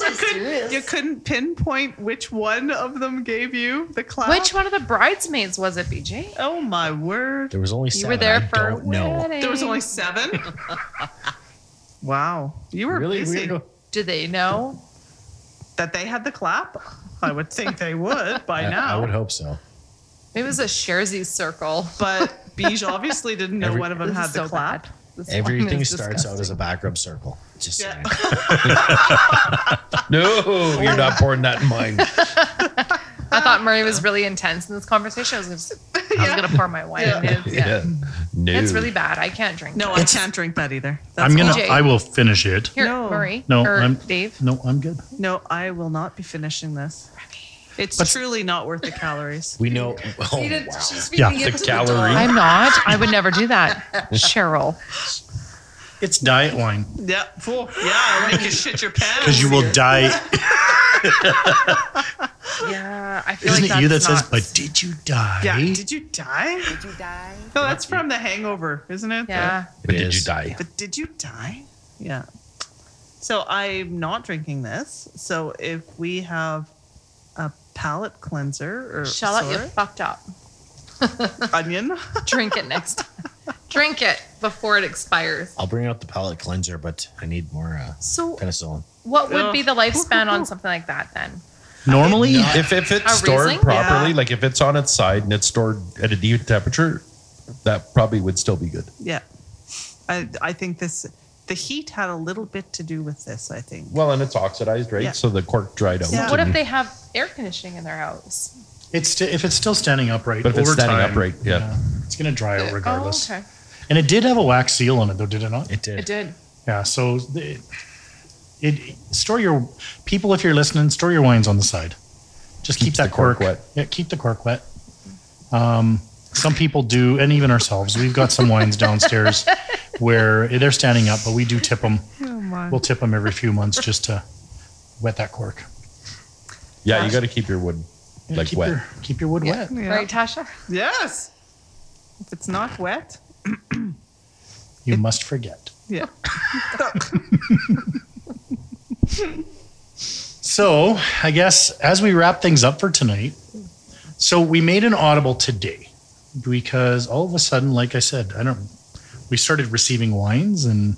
S2: You couldn't, you couldn't pinpoint which one of them gave you the clap.
S4: Which one of the bridesmaids was it, BJ?
S2: Oh my word!
S6: There was only
S4: You
S6: seven.
S4: were there
S6: I
S4: for a
S6: don't know.
S4: wedding.
S2: There was only seven. wow, you were
S6: Really
S2: busy.
S6: weird.
S4: Did they know?
S2: That they had the clap. I would think they would by
S6: I,
S2: now.
S6: I would hope so.
S4: Maybe it was a Sharesies circle.
S2: But Beige obviously didn't know
S6: Every-
S2: one of them
S4: This
S2: had
S4: is
S2: the
S4: so
S2: clap.
S4: bad. This one
S6: Everything
S4: is
S6: starts out as a
S4: disgusting.
S6: back rub circle. Just
S2: Yeah.
S6: saying.
S5: No, you're not pouring that in mine.
S4: I thought Murray was really intense in this conversation. I was gonna, I was gonna pour my wine in his. Yeah.
S5: Yeah. No.
S4: It's really bad. I can't drink.
S2: No,
S4: that.
S2: I can't drink that either. That's
S1: I'm gonna.
S4: PJ.
S1: I will finish it.
S4: Here,
S2: No.
S4: Murray.
S1: No,
S4: or
S1: I'm-
S4: Dave.
S1: No, I'm good.
S2: No, I will not be finishing this. It's
S1: But-
S2: truly not worth the calories.
S6: We know. Oh,
S9: Feed it-
S6: wow.
S9: She's
S1: Yeah,
S9: feeding
S5: the
S9: it to
S5: calorie.
S9: The dog.
S4: I'm not. I would never do that, Cheryl.
S1: It's diet wine
S2: Yeah, fool. Yeah, I'll make you shit your pants.
S1: because you will die.
S4: Yeah, I feel
S1: Isn't
S4: like
S1: it you that
S4: that's
S1: says,
S4: not-
S1: "But did you die?"
S2: Yeah, did you die?
S9: Did you die?
S2: No, that's from The Hangover, isn't it?
S4: yeah,
S5: But
S6: It
S5: did you
S6: is.
S5: die?
S2: But did you die? Yeah. So I'm not drinking this. So if we have a palate cleanser or
S4: shell out. You
S2: sort,
S4: fucked up.
S2: onion,
S4: Drink it next. time. Drink it before it expires.
S6: I'll bring out the palate cleanser, but I need more uh,
S4: So,
S6: penicillin.
S4: what would
S2: Yeah.
S4: be the lifespan on something like that then?
S1: Normally,
S5: If, if it's
S4: A
S5: stored
S4: Riesling?
S5: properly,
S2: Yeah.
S5: like if it's on its side and it's stored at a deep temperature, that probably would still be good.
S2: yeah. I I think this the heat had a little bit to do with this. I think.
S5: Well, and it's oxidized, right?
S2: Yeah.
S5: So the cork dried out. Mm-hmm.
S4: So
S2: Yeah.
S4: What if
S1: Mm-hmm.
S5: and-
S4: they have air conditioning in their house?
S1: it's sti- if it's still standing upright.
S5: But if it's
S1: over
S5: standing
S1: time,
S5: upright, yeah.
S1: it's gonna dry out regardless.
S4: Oh, okay.
S1: And it did have a wax seal on it, though, did it not?
S6: It did.
S4: It did.
S1: Yeah. So it, it store your people if you're listening, store your wines on the side. Just keep
S5: Keeps
S1: that
S5: the cork
S1: cork,
S5: wet.
S1: Yeah, keep the cork wet. Um, some people do, and even ourselves. We've got some wines downstairs where they're standing up, but we do tip them.
S2: Oh my.
S1: We'll tip them every few months just to wet that cork.
S5: Yeah, you got to keep your wood
S1: Yeah,
S5: like
S1: keep
S5: wet.
S1: Your, keep your wood
S4: Yeah.
S1: wet.
S2: Yeah.
S4: Right, Tasha?
S2: Yes. If it's not wet,
S1: You must forget.
S2: yeah.
S1: So, I guess as we wrap things up for tonight, so we made an audible today because all of a sudden, like I said, I don't, we started receiving wines and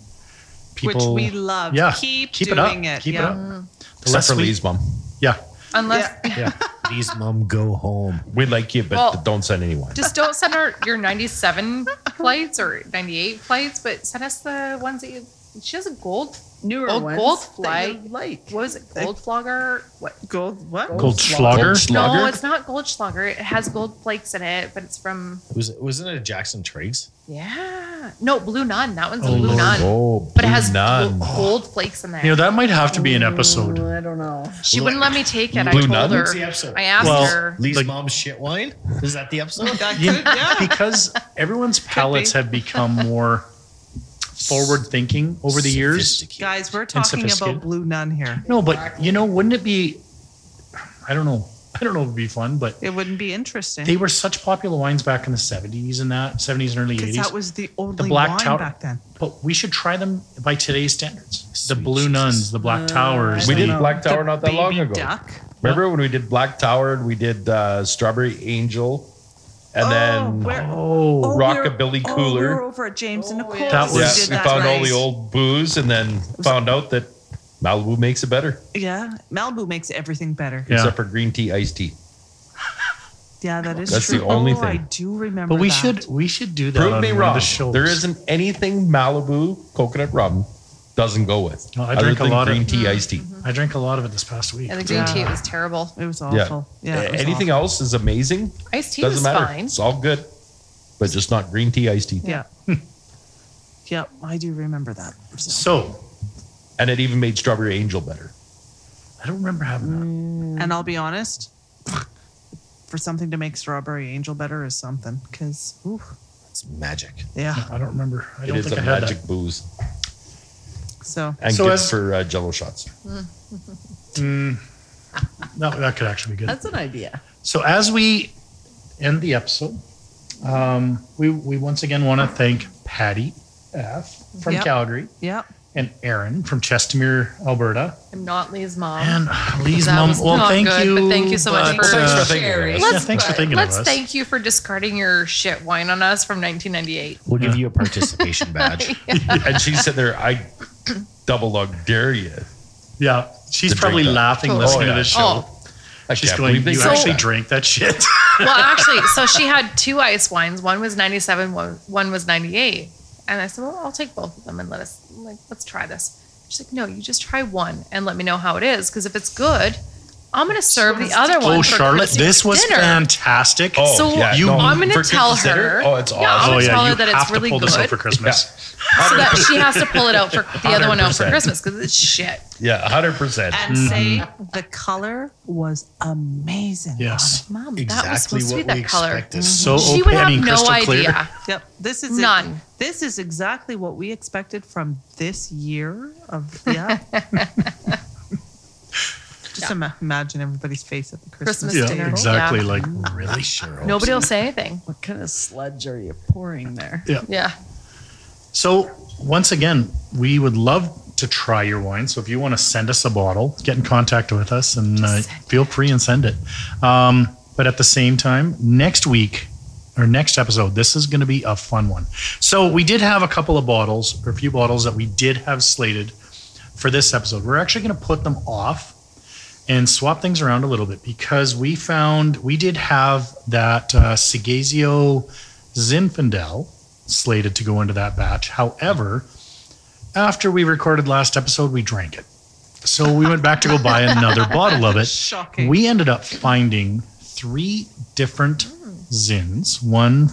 S1: people.
S2: Which we love.
S1: yeah,
S2: Keep,
S1: keep it up.
S2: doing it.
S1: Keep it
S2: yeah.
S1: up. The
S5: Except
S1: less
S5: for
S1: we-
S5: Lee's mom.
S1: Yeah.
S4: Unless
S5: Yeah.
S6: Please, mom, go home.
S5: We like you, but
S4: Well-
S5: don't send anyone.
S4: just don't send our your 97 flights or 98 flights, but send us the ones that you. She has a gold.
S7: Newer
S4: Gold-
S7: ones.
S4: gold
S7: that you
S4: flag.
S7: Like.
S4: What was it? Goldflogger. What?
S2: Gold, what?
S1: Goldschlager.
S4: No,
S5: Schlager?
S4: it's not Goldschlager. It has gold flakes in it, but it's from
S6: Was it, wasn't it a Jackson Triggs?
S4: yeah. No, Blue Nun. That one's a
S1: Oh,
S4: Blue
S1: Lord.
S4: Nun,
S5: Oh,
S4: but it has
S5: none.
S4: gold, gold flakes in there.
S1: You know, that might have to be an
S7: Mm,
S1: episode.
S7: I don't know.
S4: she wouldn't let me take it. I
S5: Blue
S4: told
S5: Nun?
S4: her.
S5: What's
S6: the episode?
S4: I asked
S1: Well,
S4: her. Oh,
S6: Lee's
S1: Like-
S6: mom's shit wine? Is that the episode?
S1: Yeah, Because everyone's palates have become more forward thinking over the years.
S6: Sophisticated.
S2: Guys, we're talking
S1: sophisticated.
S2: about Blue Nun here.
S1: No, but you know, wouldn't it be? I don't know. I don't know if it'd be fun, but
S2: It wouldn't be interesting.
S1: they were such popular wines back in the 70s and that 70s and early
S2: because
S1: 80s.
S2: that was the only
S1: Black
S2: wine
S1: Tower-
S2: back then.
S1: but we should try them by today's standards. The
S6: Sweet
S1: Blue
S6: Jesus.
S1: Nuns, the
S2: Uh,
S1: Black Towers.
S5: We
S1: the- Oh,
S5: did Black Tower not that
S2: Baby
S5: long ago.
S2: Duck.
S5: Remember when we did Black Tower and we did uh, Strawberry Angel and then
S2: where-
S1: Oh,
S2: oh, we were-
S5: Rockabilly
S2: oh,
S5: Cooler.
S2: we were over at James and Nicole.
S1: That
S5: yeah,
S1: was-
S5: we
S2: did that
S5: found all
S2: race.
S5: the old booze and then found out that Malibu makes it better,
S2: Yeah, Malibu makes everything better. Yeah,
S1: Yeah.
S5: except for green tea, iced tea.
S2: that is
S5: That's
S2: true.
S5: the only
S2: oh, I
S5: thing.
S2: do remember.
S1: but we
S2: that.
S1: should we should do that.
S5: Prove
S1: on
S5: me
S1: one of
S5: wrong.
S1: The shows.
S5: There isn't anything Malibu coconut rum doesn't go with.
S1: No, I
S5: other
S1: drink a
S5: than
S1: lot of-
S5: green
S2: Mm-hmm.
S5: tea, iced tea.
S1: I drank a lot of it this past week.
S4: Yeah, the green
S2: Yeah.
S4: tea was terrible.
S2: It was
S5: Yeah.
S2: awful. Yeah, it was
S5: Anything
S2: awful.
S5: else is amazing.
S4: Iced tea was
S5: doesn't matter.
S4: fine.
S5: It's all good, but just not green tea, iced tea.
S2: Yeah. yep, I do remember that. So-
S1: So
S5: And it even made Strawberry Angel better.
S1: I don't remember having that.
S2: And I'll be
S1: Mm-hmm.
S2: honest, for something to make Strawberry Angel better is something. Because,
S6: It's magic.
S2: yeah.
S1: I don't remember. I
S5: It
S1: don't
S5: is
S1: think
S5: a
S1: I had
S5: magic booze
S2: So,
S5: and
S1: So
S5: good
S1: as-
S5: for uh, Jello shots.
S1: that. Mm, that. That could actually be good.
S7: That's an idea.
S1: So as we end the episode, um, we we once again want to thank Patty F from
S2: Yep.
S1: Calgary
S2: yeah.
S1: and Aaron from Chestermere, Alberta,
S4: I'm not Lee's mom.
S1: and Lee's
S4: That
S1: mom.
S4: was
S1: Well,
S4: not
S1: thank
S4: good,
S1: you.
S4: but thank you so much
S1: but, uh,
S4: for- Thanks for
S5: thinking of
S7: Sherry.
S5: us.
S1: yeah, thanks for thinking
S4: Let's
S1: of us.
S4: thank you for discarding your shit wine on us from 1998.
S6: We'll give you a participation badge.
S5: and she's sitting there, I double dog dare you.
S1: Yeah, she's
S5: To drink
S1: probably
S5: that.
S1: laughing
S4: Oh,
S1: listening
S5: yeah.
S1: to this show.
S4: Oh,
S5: I
S1: She's
S5: can't
S1: going,
S5: believe they
S1: you
S5: said
S1: actually
S5: that."
S1: drank that shit.
S4: well, actually, so she had two ice wines. One was 97, one, one was 98. And I said, well, I'll take both of them and let us, like, let's try this. She's like, no, you just try one and let me know how it is. Because if it's good, I'm going to serve the other one.
S1: oh,
S4: for
S1: Charlotte,
S4: Christmas
S1: this was
S4: dinner.
S1: fantastic.
S5: Oh,
S4: So
S5: yeah,
S1: you-
S5: no,
S4: I'm going
S5: for
S4: to tell
S5: Christmas dinner?
S4: her.
S5: Oh, it's
S4: Yeah, I'm
S5: awesome.
S4: going to tell
S1: you
S4: her that
S1: have
S4: it's
S1: to
S4: really
S1: pull
S4: good.
S1: this out for
S4: So
S1: Christmas.
S4: that she has to pull it out for the other one out for
S5: 100%.
S4: Christmas because it's shit.
S5: Yeah, 100%.
S2: And
S1: Mm-hmm.
S2: say the color was amazing.
S1: Yes.
S4: Mom, that was
S6: exactly
S4: supposed to be
S6: what we
S4: that color. Mm-hmm.
S6: expected.
S1: So open,
S4: She would
S1: Oh, I
S4: have
S1: mean,
S4: no
S1: crystal clear.
S4: idea.
S2: Yep. This is
S4: None.
S2: This is exactly what we expected from this year of yeah. Just ima- imagine everybody's face at the Christmas,
S4: Christmas
S1: Yeah,
S4: dinner.
S2: table.
S1: exactly.
S4: Yeah.
S1: Like, really? Sure.
S4: Nobody will say anything.
S7: What kind of sludge are you pouring there?
S4: Yeah.
S1: So, once again, we would love to try your wine. So, if you want to send us a bottle, get in contact with us and uh, feel free and send it. Um, but at the same time, next week or next episode, this is going to be a fun one. So, we did have a couple of bottles or a few bottles that we did have slated for this episode. We're actually going to put them off and swap things around a little bit because we found we did have that uh, Segazio Zinfandel slated to go into that batch. However, after we recorded last episode, we drank it. So we went back to go buy another bottle of it.
S2: Shocking.
S1: We ended up finding three different Zins. One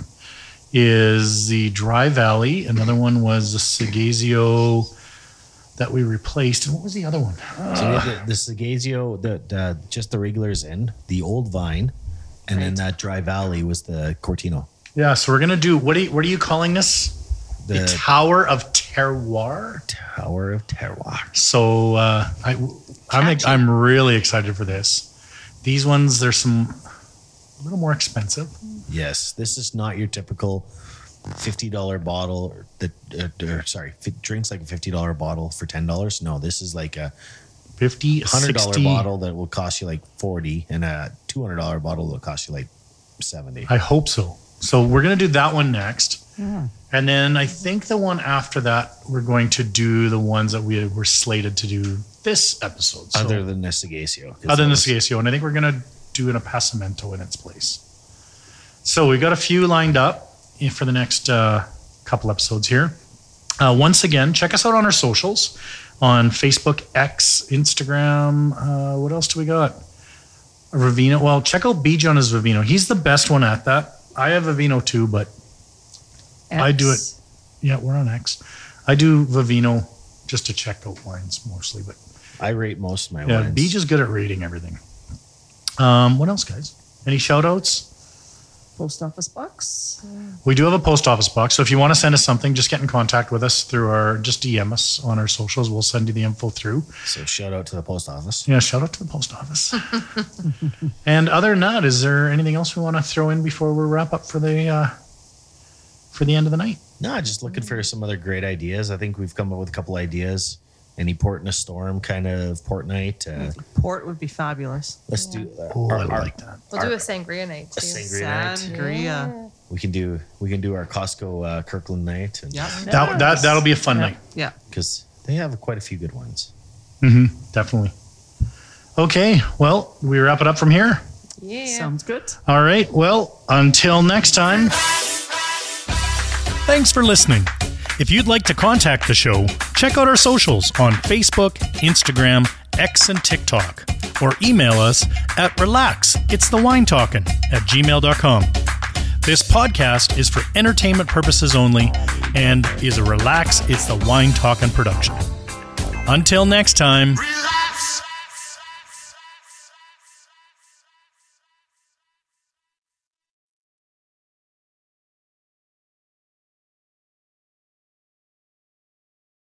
S1: is the Dry Valley, another one was the Segazio that we replaced. And what was the other one?
S6: So we had the, the Sagazio, the, the just the regulars in the old vine, and then that dry valley was the Cortino.
S1: Yeah, so we're gonna do what are you, what are you calling this? The,
S6: The
S1: Tower of Terroir.
S6: Tower of Terroir.
S1: So uh, I, I'm I'm really excited for this. These ones, they're some a little more expensive.
S6: Yes, this is not your typical fifty dollar bottle. Or the uh, or, sorry, f- drinks like a fifty dollar bottle for ten dollars. No, this is like a
S1: 50
S6: hundred dollar
S1: 60.
S6: bottle that will cost you like forty, and a two hundred dollar bottle that will cost you like seventy.
S1: I hope so. So we're gonna do that one next.
S6: Hmm.
S1: And then I think the one after that, we're going to do the ones that we were slated to do this episode. So,
S6: other than Nestigacio. 'cause
S1: other than
S6: that
S1: the
S6: was-
S1: CSO, and I think we're gonna do an Appassamento in its place. So we got a few lined up i- for the next uh, couple episodes here. Uh, once again, check us out on our socials, on Facebook, X, Instagram. Uh, what else do we got? Ravino. Well, check out B on his Ravino. He's the best one at that. I have Vivino too, but I do it. yeah, we're on X. I do Vivino just to check out wines mostly, but
S6: I rate most of my
S1: yeah,
S6: wines.
S1: Beej is good at reading everything. Um, what else, guys? Any shout outs?
S7: Post office box.
S1: We do have a post office box. So if you want to send us something, just get in contact with us through our, just DM us on our socials. We'll send you the info through.
S6: So shout out to the post office.
S1: Yeah, shout out to the post office. and other than that, is there anything else we want to throw in before we wrap up for the, uh, for the end of the night?
S6: No, just looking for some other great ideas. I think we've come up with a couple ideas. Any port in a storm kind of port night. Uh,
S2: Port would be fabulous.
S6: let's do uh,
S1: Oh,
S6: our-
S1: I
S6: our-
S1: like that.
S4: We'll do a sangria night
S6: a
S4: too.
S6: sangria night.
S2: Sangria.
S6: We can do we can do our Costco uh, Kirkland night, and
S2: Yep.
S1: That, that, that'll be a fun night.
S2: Yeah.
S6: because they have quite a few good ones.
S1: hmm Definitely. Okay. Well, we wrap it up from here.
S4: Yeah.
S7: Sounds good.
S1: All right. Well, until next time. Thanks for listening. If you'd like to contact the show, check out our socials on Facebook, Instagram, X, and TikTok, or email us at relax, it's the wine talkin' at gmail.com. This podcast is for entertainment purposes only and is a relax, it's the wine talkin' production. Until next time.
S3: Relax.